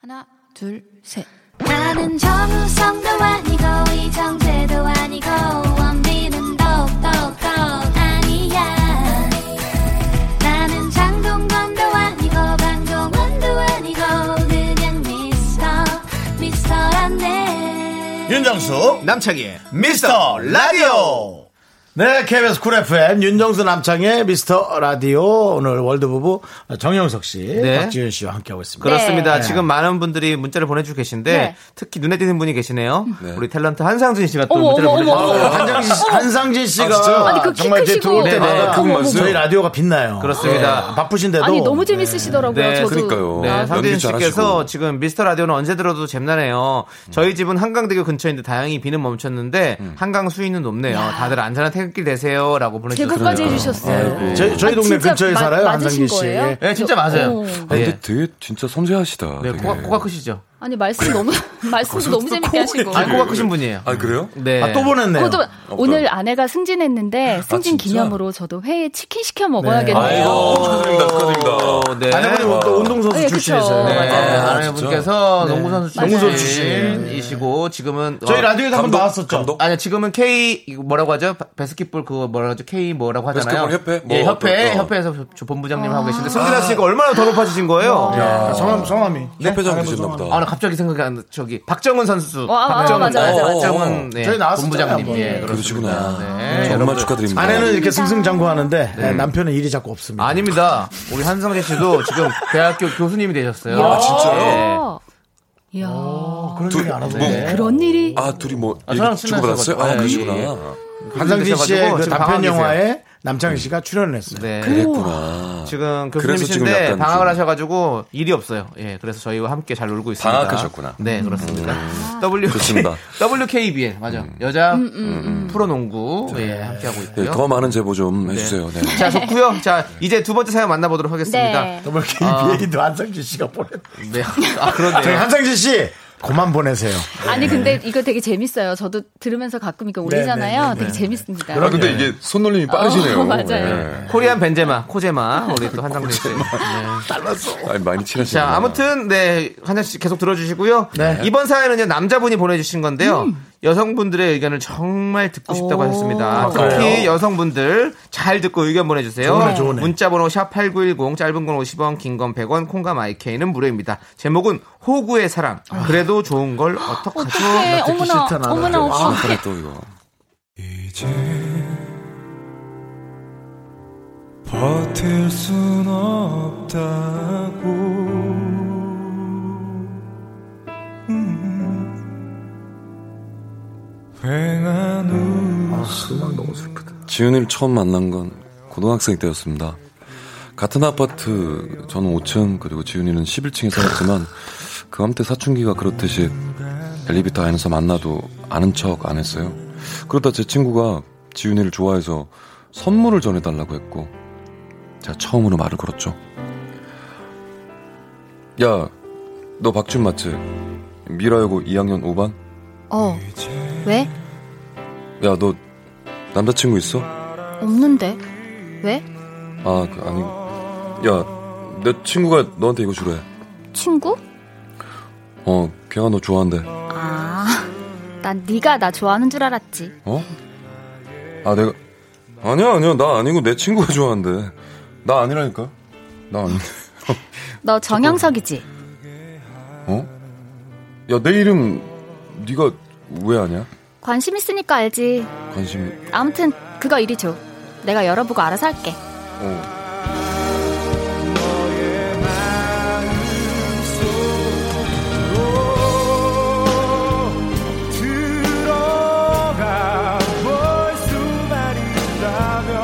Speaker 10: 하나 둘 셋.
Speaker 4: 나는 정우성도 아니고 이정재도 아니고 원빈은 더욱더 아니야 나는 장동건도 아니고 강동원도 아니고 그냥 미스터 미스터란데
Speaker 1: 윤정수
Speaker 2: 남창희의 미스터 라디오.
Speaker 1: 네, KBS 쿨 FM 윤정수 남창의 미스터 라디오 오늘 월드부부 정영석 씨,
Speaker 2: 네.
Speaker 1: 박지윤 씨와 함께하고 있습니다.
Speaker 2: 그렇습니다.
Speaker 1: 네.
Speaker 2: 지금 많은 분들이 문자를 보내주고 계신데
Speaker 5: 네.
Speaker 2: 특히 눈에 띄는 분이 계시네요. 우리 탤런트 한상진 씨가 또
Speaker 5: 어머,
Speaker 2: 문자를
Speaker 5: 어머, 어머,
Speaker 2: 보내주셨어요.
Speaker 5: 어머.
Speaker 1: 한상진, 씨- 한상진 씨가
Speaker 8: 진짜요?
Speaker 5: 아니, 그키
Speaker 1: 정말 이제
Speaker 5: 크시고.
Speaker 1: 들어올
Speaker 2: 네네.
Speaker 1: 때마다
Speaker 5: 그분
Speaker 8: 말씀.
Speaker 1: 저희 라디오가 빛나요.
Speaker 2: 그렇습니다.
Speaker 1: 네, 바쁘신데도
Speaker 5: 아니, 너무 재밌으시더라고요.
Speaker 2: 네,
Speaker 5: 저도.
Speaker 8: 그러니까요.
Speaker 2: 네,
Speaker 8: 연기
Speaker 2: 상진
Speaker 8: 잘하시고.
Speaker 2: 씨께서 지금 미스터 라디오는 언제 들어도 잼나네요. 저희 집은 한강대교 근처인데 다행히 비는 멈췄는데 한강 수위는 높네요. 다들 안전한 퇴근길 되세요라고 보내주셨어요.
Speaker 5: 제보까지 해주셨어요.
Speaker 1: 저희, 저희
Speaker 5: 아,
Speaker 1: 동네
Speaker 5: 진짜
Speaker 1: 근처에
Speaker 5: 마-
Speaker 1: 살아요,
Speaker 5: 맞으신
Speaker 1: 한상진 씨.
Speaker 5: 거예요?
Speaker 1: 예.
Speaker 2: 네, 진짜 맞아요.
Speaker 5: 오.
Speaker 8: 아,
Speaker 2: 네.
Speaker 8: 근데 되게 진짜 섬세하시다.
Speaker 2: 네,
Speaker 8: 되게.
Speaker 2: 코가, 코가 크시죠?
Speaker 9: 아니 말씀 너무 말씀도 너무 재밌게 하시고.
Speaker 2: 알고 바꾸신 분이에요.
Speaker 8: 아 그래요?
Speaker 2: 네.
Speaker 1: 아, 또 보냈네요.
Speaker 9: 그것도 오늘 아내가 승진했는데 승진
Speaker 8: 진짜?
Speaker 9: 기념으로 저도 회에 치킨 시켜
Speaker 8: 아,
Speaker 9: 먹어야겠네요.
Speaker 8: 축하드립니다. 축하드립니다.
Speaker 2: 네.
Speaker 1: 아내분이 뭐또 운동선수
Speaker 9: 예, 그쵸.
Speaker 1: 출신이세요.
Speaker 2: 네,
Speaker 8: 아,
Speaker 2: 아내분께서 농구선수
Speaker 9: 맞아요. 농구선수
Speaker 2: 출신이시고 지금은
Speaker 1: 저희
Speaker 2: 어,
Speaker 1: 라디오에도 한번
Speaker 8: 감독,
Speaker 1: 나왔었죠.
Speaker 8: 감독?
Speaker 2: 아니 지금은 K 이거 뭐라고 하죠? 바- 바스켓볼 그거 뭐라고 하죠? K 뭐라고 하잖아요.
Speaker 8: 바스켓볼 협회? 뭐
Speaker 2: 예, 협회
Speaker 8: 어떤- 어.
Speaker 2: 협회에서 저- 저 본부장님 하고 계신데 승진아 씨가 얼마나 더 높아지신 거예요?
Speaker 1: 아, 성함, 성함이. 네,
Speaker 8: 협회장
Speaker 1: 아내분
Speaker 8: 되셨나
Speaker 1: 성함.
Speaker 8: 보다.
Speaker 2: 아, 나 갑자기 생각이 안 나. 저기 박정은 선수.
Speaker 9: 와, 와,
Speaker 2: 박정은
Speaker 9: 어, 맞아, 맞아, 맞아.
Speaker 2: 박정은 네,
Speaker 1: 어. 저희 나왔었잖아요,
Speaker 2: 본부장님.
Speaker 1: 한번.
Speaker 2: 예,
Speaker 8: 그러시구나.
Speaker 2: 네,
Speaker 8: 정말
Speaker 2: 여러분.
Speaker 8: 축하드립니다.
Speaker 1: 아내는 이렇게 승승장구하는데 네, 남편은 일이 자꾸 없습니다.
Speaker 2: 아닙니다. 우리 한성재 씨도 지금 대학교 교수님이 되셨어요.
Speaker 8: 아, 진짜요?
Speaker 1: 예.
Speaker 9: 이야.
Speaker 1: 아, 어, 그런
Speaker 8: 둘,
Speaker 1: 얘기 안 하던데. 네.
Speaker 8: 뭐,
Speaker 9: 아, 그런 일이
Speaker 8: 아 둘이 뭐
Speaker 2: 아,
Speaker 8: 얘기
Speaker 2: 저랑
Speaker 8: 주고받았어요? 아
Speaker 2: 친해서
Speaker 8: 그러시구나.
Speaker 2: 예.
Speaker 1: 한상진 씨의 그
Speaker 2: 지금
Speaker 1: 단편
Speaker 2: 방황
Speaker 1: 영화에 남창희 씨가 출연을 했어요.
Speaker 2: 네.
Speaker 8: 그랬구나.
Speaker 2: 지금
Speaker 8: 아, 그래서 지금
Speaker 2: 교수님이신데
Speaker 8: 약간
Speaker 2: 방학을
Speaker 8: 좀-
Speaker 2: 하셔가지고 일이 없어요. 예, 그래서 저희와 함께 잘 놀고 있습니다.
Speaker 8: 방학하셨구나. 음.
Speaker 2: 네, 그렇습니다. WK,
Speaker 8: 좋습니다. 음.
Speaker 2: WKBL 맞아 여자 프로농구 예 함께 하고
Speaker 8: 예,
Speaker 2: 있고요.
Speaker 8: 더 많은 제보 좀 해주세요. 네.
Speaker 2: 자 좋고요. 자 이제 두 번째 사연 만나보도록 하겠습니다.
Speaker 9: 네.
Speaker 1: 더블 KBA도 뭐 한상진 씨가 보냈.
Speaker 2: 네. 아
Speaker 1: 저희
Speaker 2: 그러네요.
Speaker 1: 한상진 씨 그만 보내세요.
Speaker 9: 아니 근데 이거 되게 재밌어요. 저도 들으면서 가끔 이거 올리잖아요.
Speaker 1: 네, 네, 네,
Speaker 9: 되게
Speaker 1: 네.
Speaker 9: 재밌습니다.
Speaker 8: 아 근데 이게 손놀림이 빠르시네요.
Speaker 9: 어, 맞아요.
Speaker 8: 예.
Speaker 2: 코리안 벤제마 코제마 우리 또 한상진 씨. 네.
Speaker 8: 아니, 많이 친하시네.
Speaker 2: 자, 아무튼 네 한현 씨 계속 들어주시고요.
Speaker 1: 네.
Speaker 2: 이번 사연은요 남자분이 보내주신 건데요. 여성분들의 의견을 정말 듣고 싶다고 하셨습니다. 특히 여성분들 잘 듣고 의견 보내주세요.
Speaker 1: 좋네, 좋네.
Speaker 2: 문자번호 샵 #8910 짧은 건 50원, 긴 건 100원, 콩과 마이케이는 무료입니다. 제목은 호구의 사랑. 그래도 좋은 걸 아. 어떡하죠?
Speaker 9: 네, 어떡해.
Speaker 1: 듣기
Speaker 9: 어머나.
Speaker 1: 싫다, 나는.
Speaker 9: 어머나.
Speaker 8: 아,
Speaker 9: 어떡해.
Speaker 8: 그래 또 이거. 이제
Speaker 11: 버틸 순 없다고 음. 휑한
Speaker 8: 지훈이를 처음 만난 건 고등학생 때였습니다. 같은 아파트, 저는 5층, 그리고 지훈이는 11층에 살았지만, 그 한때 사춘기가 그렇듯이 엘리베이터 안에서 만나도 아는 척 안 했어요. 그러다 제 친구가 지훈이를 좋아해서 선물을 전해달라고 했고, 제가 처음으로 말을 걸었죠. 야, 너 박준 맞지? 미라여고 2학년 5반?
Speaker 5: 어, 왜?
Speaker 8: 야, 너 남자친구 있어?
Speaker 5: 없는데. 왜?
Speaker 8: 아, 그, 아니. 야, 내 친구가 너한테 이거 주래.
Speaker 5: 친구?
Speaker 8: 어, 걔가 너 좋아한대.
Speaker 5: 아, 난 네가 나 좋아하는 줄 알았지.
Speaker 8: 어? 아, 내가. 아니야, 아니야. 나 아니고 내 친구가 좋아한대. 나 아니라니까. 나 아닌데.
Speaker 5: 너 정영석이지?
Speaker 8: 어? 야, 내 이름, 네가 왜 아냐?
Speaker 5: 관심 있으니까 알지.
Speaker 8: 관심이.
Speaker 5: 아무튼 그거 이리 줘. 내가 열어보고 알아서 할게.
Speaker 8: 어.
Speaker 11: 들어가 볼 수만 있다면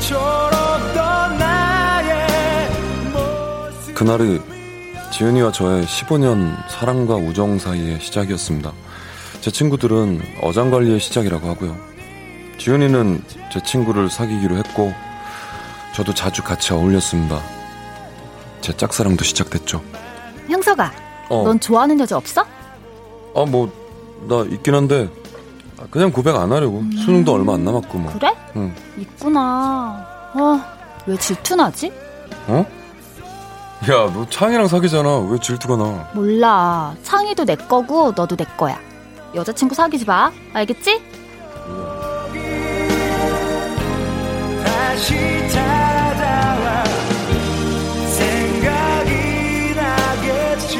Speaker 11: 철없던 나의 모습
Speaker 8: 그날이 지은이와 저의 15년 사랑과 우정 사이의 시작이었습니다. 제 친구들은 어장관리의 시작이라고 하고요. 지은이는 제 친구를 사귀기로 했고, 저도 자주 같이 어울렸습니다. 제 짝사랑도 시작됐죠.
Speaker 5: 형석아,
Speaker 8: 어,
Speaker 5: 넌 좋아하는 여자 없어?
Speaker 8: 아, 뭐, 나 있긴 한데, 아, 그냥 고백 안 하려고. 수능도 얼마 안 남았고, 뭐.
Speaker 5: 그래?
Speaker 8: 응.
Speaker 5: 있구나. 어, 왜 질투나지?
Speaker 8: 어? 야, 너 창이랑 사귀잖아. 왜 질투가 나?
Speaker 5: 몰라. 창희도 내 거고 너도 내 거야. 여자친구 사귀지 마. 알겠지?
Speaker 11: 다시 찾아와 생각이 나겠지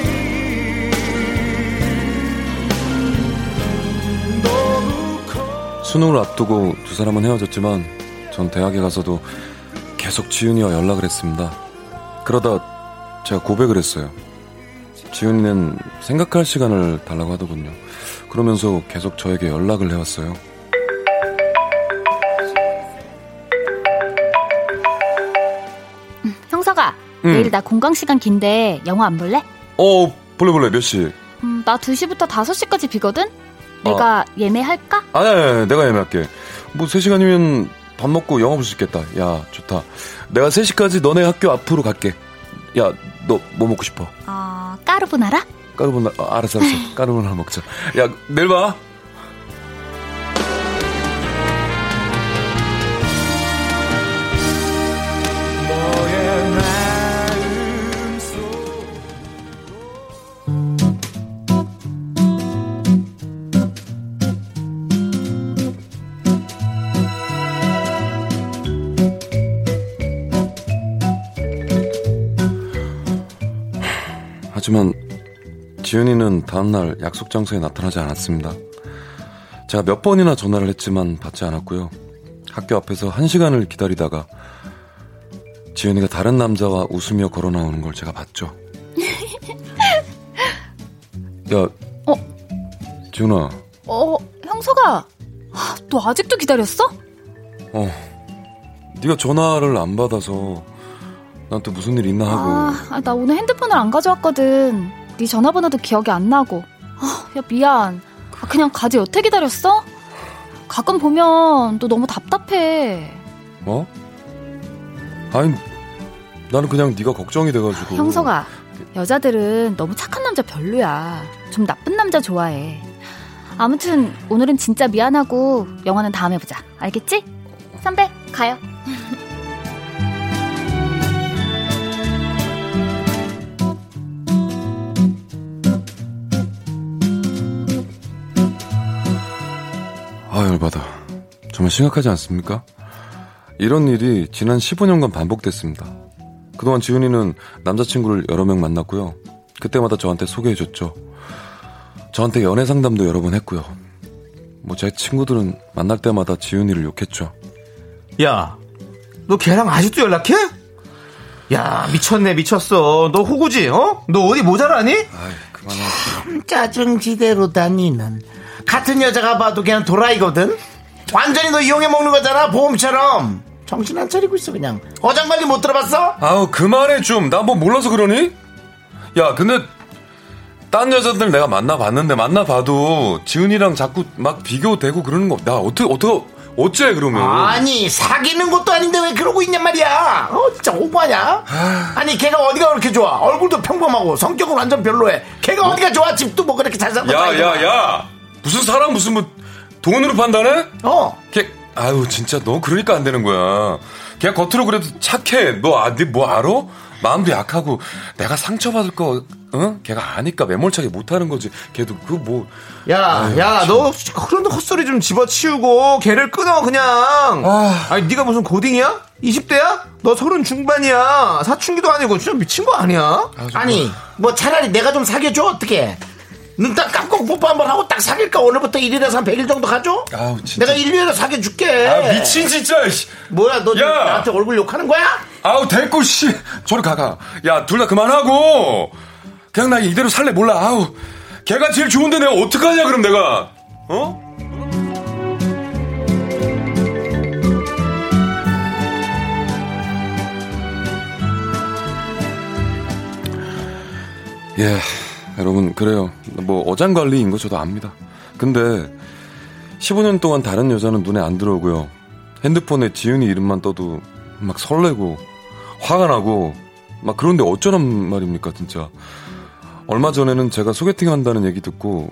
Speaker 11: 너무 커
Speaker 8: 수능을 앞두고 두 사람은 헤어졌지만 전 대학에 가서도 계속 지윤이와 연락을 했습니다. 그러다 제가 고백을 했어요. 지윤이는 생각할 시간을 달라고 하더군요. 그러면서 계속 저에게 연락을 해왔어요.
Speaker 5: 형석아,
Speaker 8: 응.
Speaker 5: 내일 나 공강 시간 긴데 영화 안 볼래?
Speaker 8: 음. 어, 볼래 볼래 몇 시?
Speaker 5: 음, 나 2시부터 5시까지 비거든? 내가
Speaker 8: 어.
Speaker 5: 예매할까?
Speaker 8: 아니, 아니, 아니 내가 예매할게. 뭐 3시간이면 밥 먹고 영화 볼 수 있겠다. 야, 좋다. 내가 3시까지 너네 학교 앞으로 갈게. 야, 너 뭐 먹고 싶어?
Speaker 5: 아, 어, 까르보나라?
Speaker 8: 까르보나 아, 알았어 알았어 까르보나 먹자 야 내일 봐 하지만 지은이는 다음날 약속 장소에 나타나지 않았습니다. 제가 몇 번이나 전화를 했지만 받지 않았고요. 학교 앞에서 한 시간을 기다리다가 지은이가 다른 남자와 웃으며 걸어 나오는 걸 제가 봤죠. 야,
Speaker 5: 어?
Speaker 8: 지은아,
Speaker 5: 어, 형서가. 아, 너 아직도 기다렸어?
Speaker 8: 어, 네가 전화를 안 받아서 나한테 무슨 일 있나 하고
Speaker 5: 아, 아, 나 오늘 핸드폰을 안 가져왔거든. 네 전화번호도 기억이 안 나고. 아, 야, 미안. 아, 그냥 가지 여태 기다렸어? 가끔 보면 너 너무 답답해.
Speaker 8: 뭐? 아니, 나는 그냥 네가 걱정이 돼가지고.
Speaker 5: 아, 형서가,
Speaker 8: 그-
Speaker 5: 여자들은 너무 착한 남자 별로야. 좀 나쁜 남자 좋아해. 아무튼 오늘은 진짜 미안하고 영화는 다음에 보자. 알겠지? 선배, 가요.
Speaker 8: 아 열받아 정말 심각하지 않습니까? 이런 일이 지난 15년간 반복됐습니다 그동안 지훈이는 남자친구를 여러 명 만났고요 그때마다 저한테 소개해줬죠 저한테 연애 상담도 여러 번 했고요 뭐 제 친구들은 만날 때마다 지훈이를 욕했죠
Speaker 2: 야, 너 걔랑 아직도 연락해? 야, 미쳤네, 미쳤어. 너 호구지, 어? 너 어디 모자라니?
Speaker 1: 짜증지대로 다니는 같은 여자가 봐도 그냥 도라이거든 완전히 너 이용해 먹는 거잖아 보험처럼 정신 안 차리고 있어 그냥 어장관리 못 들어봤어?
Speaker 8: 아우 그만해 좀나 뭐 몰라서 그러니? 야 근데 딴 여자들 내가 만나봤는데 만나봐도 지훈이랑 자꾸 막 비교되고 그러는 거 나 어떻게 어떻게 어째 그러면
Speaker 1: 아니 사귀는 것도 아닌데 왜 그러고 있냔 말이야 어 진짜 오버하냐 아니 걔가 어디가 그렇게 좋아 얼굴도 평범하고 성격은 완전 별로해 걔가 어디가 좋아 집도 뭐 그렇게 잘 살고
Speaker 8: 야,
Speaker 1: 살고.
Speaker 8: 야, 야! 무슨 사람 무슨 뭐 돈으로 판단해?
Speaker 1: 어.
Speaker 8: 걔 아유 진짜 너 그러니까 안 되는 거야. 걔 겉으로 그래도 착해. 너 아, 네뭐 알아? 마음도 약하고 내가 상처받을 거 응? 걔가 아니까 매몰차게 못하는 거지. 걔도 그뭐
Speaker 2: 야,
Speaker 8: 아,
Speaker 2: 야, 너 그런 헛소리 좀 집어치우고 걔를 끊어 그냥. 아, 니 네가 무슨 고딩이야? 20대야? 너 서른 중반이야. 사춘기도 아니고 진짜 미친 거 아니야?
Speaker 1: 아니 뭐 차라리 내가 좀 사귀어줘 어떻게 눈 딱 깜꼭 뽀뽀 한번 하고 딱 사귈까 오늘부터 1일에서 한 100일 정도 가죠?
Speaker 8: 아우 진짜.
Speaker 1: 내가 1년에 사귀어줄게
Speaker 8: 아
Speaker 2: 네.
Speaker 8: 미친 진짜. 씨.
Speaker 1: 뭐야 너 지금
Speaker 8: 야!
Speaker 1: 나한테 얼굴 욕하는 거야?
Speaker 8: 아우 됐고 씨. 저리 가가. 야 둘 다 그만하고 그냥 나 이대로 살래 몰라. 아우 걔가 제일 좋은데 내가 어떡하냐 그럼 내가 어? 예, 여러분 그래요. 뭐 어장 관리인 거 저도 압니다. 근데 15년 동안 다른 여자는 눈에 안 들어오고요. 핸드폰에 지은이 이름만 떠도 막 설레고 화가 나고 막 그런데 어쩌란 말입니까 진짜. 얼마 전에는 제가 소개팅 한다는 얘기 듣고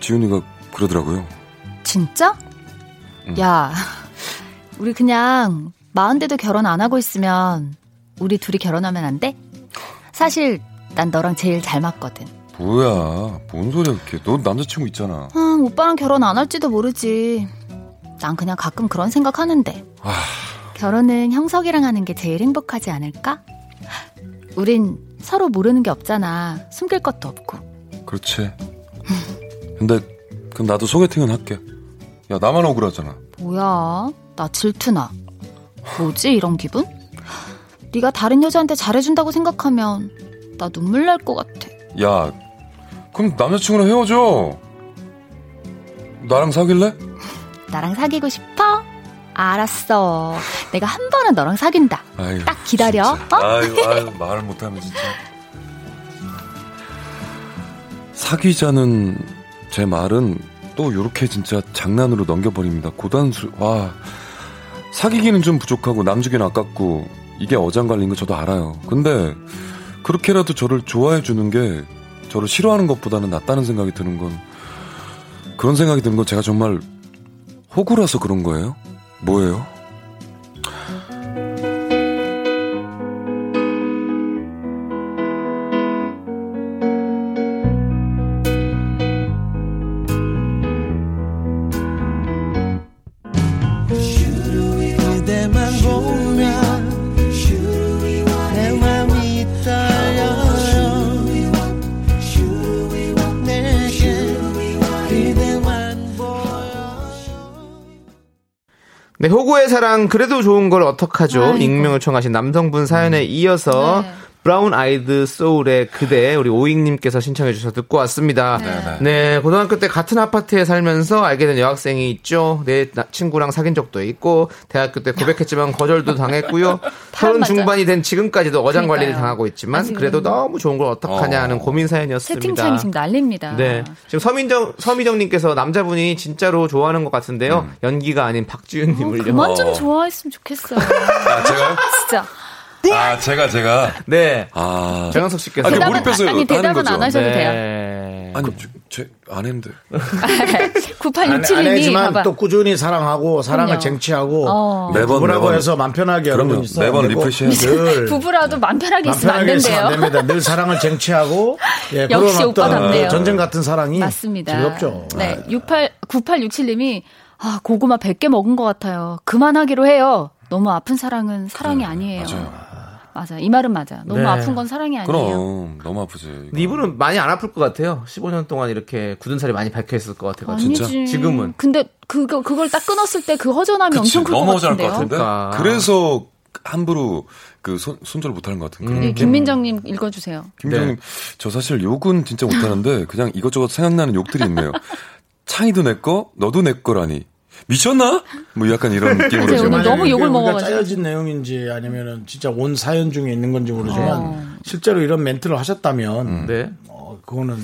Speaker 8: 지은이가 그러더라고요.
Speaker 5: 진짜? 야, 우리 그냥 마흔대도 결혼 안 하고 있으면 우리 둘이 결혼하면 안 돼? 사실 난 너랑 제일 잘 맞거든.
Speaker 8: 뭐야, 뭔 소리야 그게? 너 남자친구 있잖아.
Speaker 5: 아, 오빠랑 결혼 안 할지도 모르지. 난 그냥 가끔 그런 생각하는데. 결혼은 형석이랑 하는 게 제일 행복하지 않을까? 우린 서로 모르는 게 없잖아. 숨길 것도 없고.
Speaker 8: 그렇지. 근데 그럼 나도 소개팅은 할게. 야 나만 억울하잖아.
Speaker 5: 뭐야? 나 질투나. 뭐지 이런 기분? 네가 다른 여자한테 잘해준다고 생각하면 나 눈물 날 것 같아.
Speaker 8: 야, 그럼 남자친구랑 헤어져. 나랑 사귈래?
Speaker 5: 나랑 사귀고 싶어? 알았어. 내가 한 번은 너랑 사귄다.
Speaker 1: 음,
Speaker 8: 아유,
Speaker 5: 딱 기다려.
Speaker 8: 진짜.
Speaker 5: 어?
Speaker 8: 아유, 아유, 말을 못하면 진짜. 사귀자는 제 말은 또 요렇게 진짜 장난으로 넘겨버립니다. 고단수, 와. 사귀기는 좀 부족하고 남주기는 아깝고 이게 어장관리인 거 저도 알아요. 근데 그렇게라도 저를 좋아해 주는 게 저를 싫어하는 것보다는 낫다는 생각이 드는 건 그런 생각이 드는 건 제가 정말 호구라서 그런 거예요? 뭐예요?
Speaker 3: 그대만 보면 내 맘이 떨려요 내게 그대만
Speaker 2: 네, 호구의 사랑 그래도 좋은 걸 어떡하죠? 익명을 청하신 남성분 사연에
Speaker 5: 음.
Speaker 2: 이어서
Speaker 5: 네.
Speaker 2: 브라운 아이드 소울의 그대 우리 오익님께서 신청해 주셔서 듣고 왔습니다. 네. 고등학교 때 같은 아파트에 살면서 알게 된 여학생이 있죠. 내 나- 친구랑 사귄 적도 있고 대학교 때 고백했지만 거절도 당했고요. 서른
Speaker 5: 맞아요.
Speaker 2: 중반이 된 지금까지도 어장 관리를 당하고 있지만
Speaker 5: 아직은.
Speaker 2: 그래도 너무 좋은 걸 어떡하냐 하는 고민 사연이었습니다.
Speaker 5: 채팅창이 지금 난립니다.
Speaker 2: 네. 지금 서민정, 서미정님께서 남자분이 진짜로 좋아하는 것 같은데요.
Speaker 8: 음.
Speaker 2: 연기가 아닌 박지윤님을요.
Speaker 5: 어, 그만
Speaker 1: 어.
Speaker 5: 좀 좋아했으면 좋겠어요.
Speaker 8: 어. 아, 제가요?
Speaker 5: 진짜. 네.
Speaker 8: 아, 제가, 제가.
Speaker 2: 네.
Speaker 8: 아.
Speaker 2: 정영섭 씨께서.
Speaker 8: 아, 그
Speaker 5: 대답은,
Speaker 8: 몰입해서
Speaker 5: 아니,
Speaker 8: 하는
Speaker 5: 대답은
Speaker 8: 거죠.
Speaker 5: 안 하셔도 돼요.
Speaker 2: 네.
Speaker 8: 아니, 저- 제, 안 했는데.
Speaker 1: 안,
Speaker 5: 9867님이
Speaker 1: 해지만
Speaker 5: 봐봐.
Speaker 1: 또 꾸준히 사랑하고 사랑을
Speaker 5: 그럼요.
Speaker 1: 쟁취하고
Speaker 5: 어.
Speaker 8: 매번,
Speaker 1: 부부라고
Speaker 8: 매번.
Speaker 1: 해서 맘 편하게 여러분
Speaker 8: 그럼요.
Speaker 1: 있어
Speaker 8: 매번 리프레시 해야 돼요.
Speaker 1: 늘
Speaker 5: 부부라도 맘 편하게
Speaker 1: 맘
Speaker 5: 있으면
Speaker 1: 네.
Speaker 5: 안
Speaker 1: 편하게 있으면
Speaker 5: 된대요.
Speaker 1: 안 됩니다. 늘 사랑을 쟁취하고 예, 그런
Speaker 5: 역시
Speaker 1: 어떤
Speaker 5: 오빠답네요.
Speaker 1: 그 전쟁 같은 사랑이
Speaker 5: 맞습니다.
Speaker 1: 즐겁죠. 아,
Speaker 5: 네. 68, 9867님이 아, 고구마 100개 먹은 것 같아요. 그만하기로 해요. 너무 아픈 사랑은 사랑이 아니에요.
Speaker 8: 맞아요.
Speaker 5: 맞아. 이 말은 맞아. 너무
Speaker 2: 네.
Speaker 5: 아픈 건 사랑이 아니에요.
Speaker 8: 그럼, 너무 아프지. 이거.
Speaker 2: 근데 이분은 많이 안 아플 것 같아요. 15년 동안 이렇게 굳은 살이 많이 박혀있을 것 같아요.
Speaker 8: 진짜?
Speaker 5: 아니지.
Speaker 2: 지금은.
Speaker 5: 근데 그거 그걸 딱 끊었을 때 그 허전함이
Speaker 8: 그치,
Speaker 5: 엄청 클 것
Speaker 8: 넘어질 것
Speaker 5: 같은데요.
Speaker 8: 같은데.
Speaker 2: 그러니까.
Speaker 8: 그래래서 함부로 그 손, 손절 못하는 것 같은 그런
Speaker 5: 예, 김민정님 읽어주세요.
Speaker 8: 김정님, 저 사실 욕은 진짜 못하는데 그냥 이것저것 생각나는 욕들이 있네요. 창이도 내 거, 너도 내 거라니. 미쳤나? 뭐 약간 이런 느낌으로
Speaker 5: 맞아요.
Speaker 8: 지금.
Speaker 5: 오늘 너무 욕을
Speaker 1: 우리가
Speaker 5: 먹어가지고.
Speaker 1: 짜여진 내용인지 아니면은 진짜 온 사연 중에 있는 건지 모르지만
Speaker 5: 어.
Speaker 1: 실제로 이런 멘트를 하셨다면
Speaker 8: 음.
Speaker 2: 네.
Speaker 1: 어, 그거는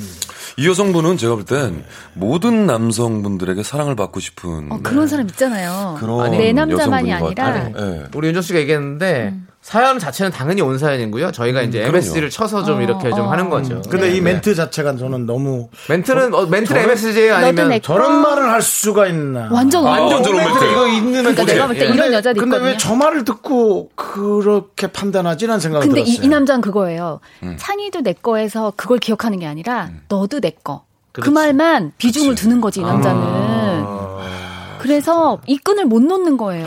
Speaker 8: 이 여성분은 제가 볼 땐 모든 남성분들에게 사랑을 받고 싶은
Speaker 5: 어, 그런 사람 있잖아요.
Speaker 8: 그런
Speaker 5: 아니, 내 남자만이
Speaker 8: 여성분인 것
Speaker 5: 아니라 어,
Speaker 8: 같아요. 예.
Speaker 2: 우리 윤정 씨가 얘기했는데,
Speaker 5: 음.
Speaker 2: 사연 자체는 당연히 온 사연이고요. 저희가
Speaker 8: 음,
Speaker 2: 이제 MSG를 쳐서
Speaker 5: 어,
Speaker 2: 좀 이렇게 좀 하는 거죠.
Speaker 1: 근데
Speaker 2: 네.
Speaker 1: 이 멘트 자체가 저는 너무
Speaker 2: 멘트는, 어, 멘트는 MSG
Speaker 5: 너도 내
Speaker 2: 아니면.
Speaker 5: 거.
Speaker 1: 저런 말을 할 수가 있나.
Speaker 5: 완전 완전.
Speaker 8: 완전 저런
Speaker 2: 멘트.
Speaker 8: 멘트.
Speaker 2: 이거 있는
Speaker 5: 그러니까 제가 볼 때
Speaker 2: 예.
Speaker 5: 이런 여자도
Speaker 1: 근데
Speaker 5: 있거든요.
Speaker 1: 왜 저 말을 듣고 그렇게 판단하지라는 생각이
Speaker 5: 근데
Speaker 1: 아, 들었어요. 음.
Speaker 5: 이, 이 남자는 그거예요. 창의도 내 거에서 그걸 기억하는 게 아니라 너도 내 거. 그
Speaker 2: 그렇지.
Speaker 5: 말만 비중을 두는 거지 이
Speaker 1: 아.
Speaker 5: 남자는. 그래서 이 끈을 못 놓는 거예요.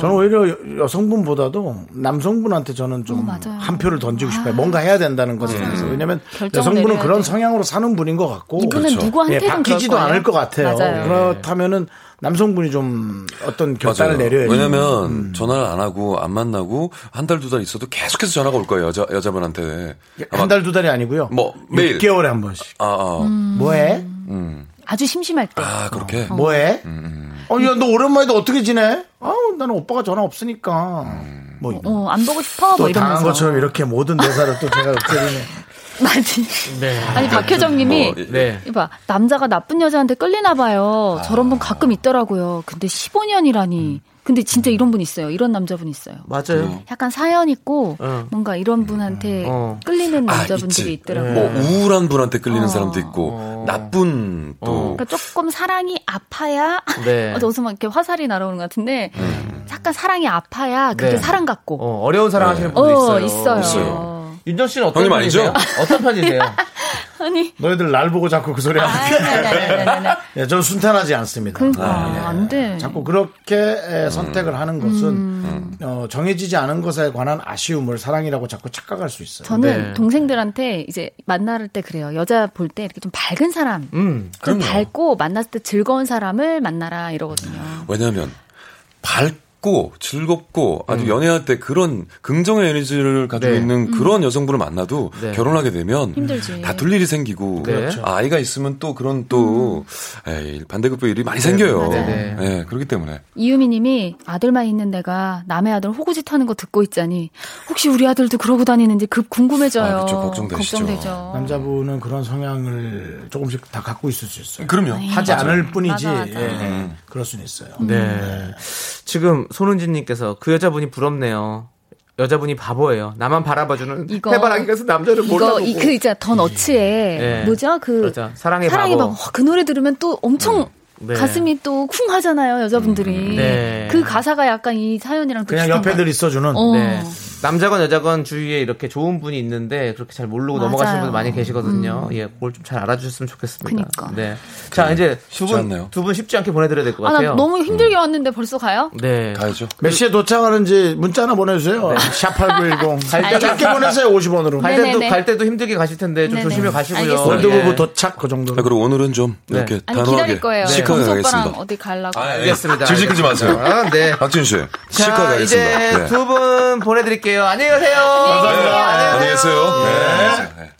Speaker 1: 저는 오히려 여- 여성분보다도 남성분한테 저는 좀
Speaker 5: 어, 맞아요. 네.
Speaker 1: 한 표를 던지고 싶어요. 뭔가 해야 된다는 것에 대해서. 왜냐면
Speaker 5: 결정을
Speaker 1: 여성분은
Speaker 5: 내려야
Speaker 1: 그런
Speaker 5: 돼.
Speaker 1: 성향으로 사는 분인 것 같고.
Speaker 5: 이분은
Speaker 1: 예,
Speaker 5: 누구한테든
Speaker 1: 바뀌지도
Speaker 5: 그럴 거예요.
Speaker 1: 않을 것 같아요.
Speaker 5: 맞아요.
Speaker 1: 그렇다면은 남성분이 좀 어떤 결단을 뭐 내려야죠.
Speaker 8: 왜냐면 전화를 안 하고 안 만나고 한 달 두 달 있어도 계속해서 전화가 올 거예요 여자 여자분한테.
Speaker 1: 한 달 두 달이 아니고요.
Speaker 8: 뭐, 매일.
Speaker 1: 6개월에 한 번씩.
Speaker 8: 아, 아,
Speaker 1: 음.
Speaker 5: 음.
Speaker 1: 뭐해?
Speaker 5: 아주 심심할 때.
Speaker 8: 아 그렇게.
Speaker 1: 뭐해?
Speaker 5: 음.
Speaker 1: 어, 야, 너 오랜만에도 어떻게 지내? 아우, 나는 오빠가 전화 없으니까. 뭐,
Speaker 5: 어, 안 보고 싶어 뭐
Speaker 1: 또 당한
Speaker 5: 이러면서.
Speaker 1: 것처럼 이렇게 모든 대사를 또 제가 없애리네.
Speaker 5: 맞지.
Speaker 2: 네.
Speaker 5: 아니 박효정님이
Speaker 8: 뭐,
Speaker 2: 네.
Speaker 5: 이봐 남자가 나쁜 여자한테 끌리나 봐요. 저런 분 가끔 있더라고요. 근데 15년이라니. 근데 진짜 이런 분 있어요. 이런 남자분 있어요.
Speaker 2: 맞아요.
Speaker 5: 약간 사연 있고
Speaker 2: 어.
Speaker 5: 뭔가 이런 분한테
Speaker 2: 어.
Speaker 5: 끌리는
Speaker 8: 아, 있지.
Speaker 5: 남자분들이 있더라고요.
Speaker 8: 뭐 우울한 분한테 끌리는 사람도 있고 나쁜 또
Speaker 5: 그러니까 조금 사랑이 아파야
Speaker 2: 네.
Speaker 5: 어제 무슨 막 이렇게 화살이 날아오는 것 같은데 약간 사랑이 아파야 그게
Speaker 2: 네.
Speaker 5: 사랑 같고
Speaker 2: 어, 어려운 사랑 하시는
Speaker 5: 어,
Speaker 2: 분들 있어요.
Speaker 5: 있어요.
Speaker 2: 윤정 씨는 어떤
Speaker 8: 형님 아니죠?
Speaker 2: 편이세요? 어떤 편이세요?
Speaker 5: 아니
Speaker 1: 너희들 날 보고 자꾸 그 소리 하는
Speaker 5: 아니 아니 아니 아니 아니.
Speaker 1: 예, 저는 순탄하지 않습니다. 아,
Speaker 5: 그러니까 음. 안돼
Speaker 1: 예. 자꾸 그렇게 에, 선택을 하는 것은
Speaker 5: 음.
Speaker 1: 어, 정해지지 않은 것에 관한 아쉬움을 사랑이라고 자꾸 착각할 수 있어요.
Speaker 5: 저는
Speaker 2: 네.
Speaker 5: 동생들한테 이제 만날 때 그래요 여자 볼 때 이렇게 좀 밝은 사람
Speaker 2: 음.
Speaker 5: 좀
Speaker 8: 그럼요.
Speaker 5: 밝고 만났을 때 즐거운 사람을 만나라 이러거든요
Speaker 8: 왜냐하면 밝고 즐겁고 아주 연애할 때 그런 긍정의 에너지를 가지고
Speaker 2: 네.
Speaker 8: 있는 그런 여성분을 만나도
Speaker 2: 네.
Speaker 8: 결혼하게 되면
Speaker 5: 힘들지.
Speaker 8: 다툴 일이 생기고
Speaker 2: 네. 그렇죠.
Speaker 8: 아, 아이가 있으면 또 그런 또 에이, 반대급부 일이 많이 생겨요.
Speaker 2: 맞아요.
Speaker 8: 네.
Speaker 2: 네.
Speaker 8: 그렇기 때문에
Speaker 5: 이유미님이 아들만 있는 내가 남의 아들 호구짓 하는 거 듣고 있자니 혹시 우리 아들도 그러고 다니는지 급 궁금해져요.
Speaker 8: 아, 그쵸. 걱정되시죠.
Speaker 5: 걱정되죠.
Speaker 1: 남자분은 그런 성향을 조금씩 다 갖고 있을 수 있어요.
Speaker 8: 그럼요.
Speaker 1: 하지 않을 뿐이지
Speaker 5: 맞아, 음. 맞아.
Speaker 1: 예, 그럴 수는 있어요.
Speaker 2: 음. 네. 지금 손은진님께서 그 여자분이 부럽네요. 여자분이 바보예요. 나만 바라봐주는
Speaker 9: 이거-
Speaker 2: 해바라기 가서 남자를 뭐.
Speaker 9: 이거
Speaker 2: 몰라보고.
Speaker 9: 이 그 있잖아 던 어치에
Speaker 2: 예.
Speaker 9: 뭐죠 그
Speaker 2: 그렇죠. 사랑의
Speaker 9: 사랑의
Speaker 2: 바보.
Speaker 9: 바보 와, 그 노래 들으면 또
Speaker 8: 음.
Speaker 9: 엄청
Speaker 2: 네.
Speaker 9: 가슴이 또 쿵 하잖아요 여자분들이
Speaker 2: 네.
Speaker 9: 그 가사가 약간 이 사연이랑 또
Speaker 1: 그냥
Speaker 9: 비슷한
Speaker 1: 옆에들
Speaker 9: 거.
Speaker 1: 있어주는
Speaker 9: 어.
Speaker 2: 네. 남자건 여자건 주위에 이렇게 좋은 분이 있는데 그렇게 잘
Speaker 9: 맞아요.
Speaker 2: 모르고
Speaker 9: 음.
Speaker 2: 넘어가시는 분들 많이 계시거든요. 예, 그걸 좀 잘 알아주셨으면 좋겠습니다.
Speaker 9: 그니까.
Speaker 2: 네. 자, 이제 두
Speaker 8: 쉽지
Speaker 2: 분,
Speaker 8: 않네요.
Speaker 2: 두 분 쉽지 않게 보내드려야 될 것
Speaker 9: 아,
Speaker 2: 같아요.
Speaker 9: 나 너무 힘들게 왔는데 벌써 가요?
Speaker 2: 네.
Speaker 8: 가야죠.
Speaker 1: 몇 시에 도착하는지 문자 하나 보내주세요. 샵8910.
Speaker 2: 아,
Speaker 1: 짧게 보내세요, 50원으로.
Speaker 2: 갈 때도,
Speaker 9: 네네네.
Speaker 2: 갈 때도 힘들게 가실 텐데 좀
Speaker 9: 네네.
Speaker 2: 조심히 가시고요.
Speaker 9: 알겠습니다.
Speaker 1: 월드부부
Speaker 2: 예.
Speaker 1: 도착 그 정도로.
Speaker 8: 아, 그리고 오늘은 좀 이렇게
Speaker 9: 아니 기다릴
Speaker 8: 단호하게
Speaker 9: 거예요.
Speaker 8: 시크하게
Speaker 9: 정수 오빠랑 네.
Speaker 8: 가겠습니다.
Speaker 9: 어디 가려고.
Speaker 8: 아, 예.
Speaker 2: 네. 알겠습니다.
Speaker 8: 질질 끌지 마세요.
Speaker 2: 아, 네.
Speaker 8: 박진 씨,
Speaker 2: 자,
Speaker 8: 시크하게 가겠습니다.
Speaker 2: 이제
Speaker 8: 네.
Speaker 2: 두 분 보내드릴게요. 안녕히 가세요. 감사합니다.
Speaker 8: 안녕히 계세요. 네. 네.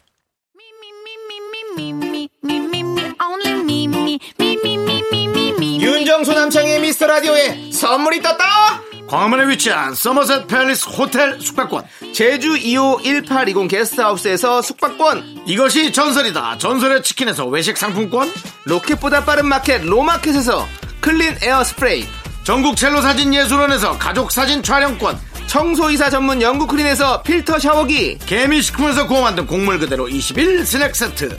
Speaker 2: 윤정수 남창의 미스터 라디오에 선물이 떴다!
Speaker 1: 광화문에 위치한 서머셋 팰리스 호텔 숙박권.
Speaker 2: 제주 2호 1820 게스트하우스에서 숙박권,
Speaker 1: 이것이 전설이다. 전설의 치킨에서 외식 상품권.
Speaker 2: 로켓보다 빠른 마켓 로마켓에서 클린 에어 스프레이,
Speaker 1: 전국 첼로 사진 예술원에서 가족 사진 촬영권.
Speaker 2: 청소이사 전문 영국 클린에서 필터 샤워기,
Speaker 1: 개미식품에서 구워 만든 곡물 그대로 21 스낵 세트.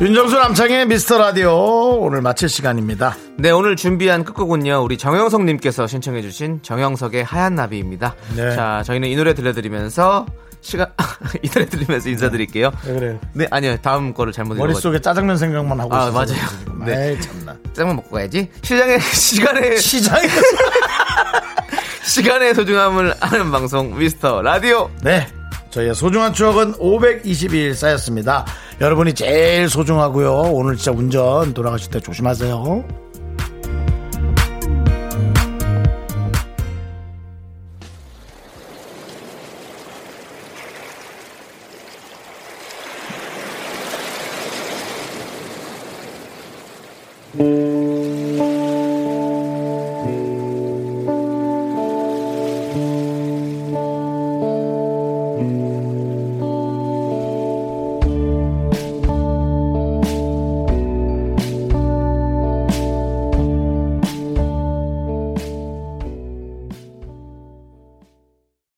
Speaker 1: 윤정수 남창의 미스터 라디오 오늘 마칠 시간입니다.
Speaker 2: 네, 오늘 준비한 끝곡은요, 우리 정영석님께서 신청해주신 정영석의 하얀 나비입니다.
Speaker 1: 네.
Speaker 2: 자, 저희는 이 노래 들려드리면서, 시간, 이 노래 들리면서 인사드릴게요.
Speaker 1: 그래요?
Speaker 2: 네, 아니요, 다음 거를 잘못 읽어가지고.
Speaker 1: 머릿속에 짜장면 생각만 하고
Speaker 2: 아,
Speaker 1: 있어요.
Speaker 2: 맞아요. 네.
Speaker 1: 에이, 참나.
Speaker 2: 짱만 먹고 가야지. 시장의, 시간의,
Speaker 1: 시장에
Speaker 2: 시간의 소중함을 아는 방송, 미스터 라디오.
Speaker 1: 네. 저희의 소중한 추억은 522일 쌓였습니다. 여러분이 제일 소중하고요. 오늘 진짜 운전 돌아가실 때 조심하세요.
Speaker 3: 내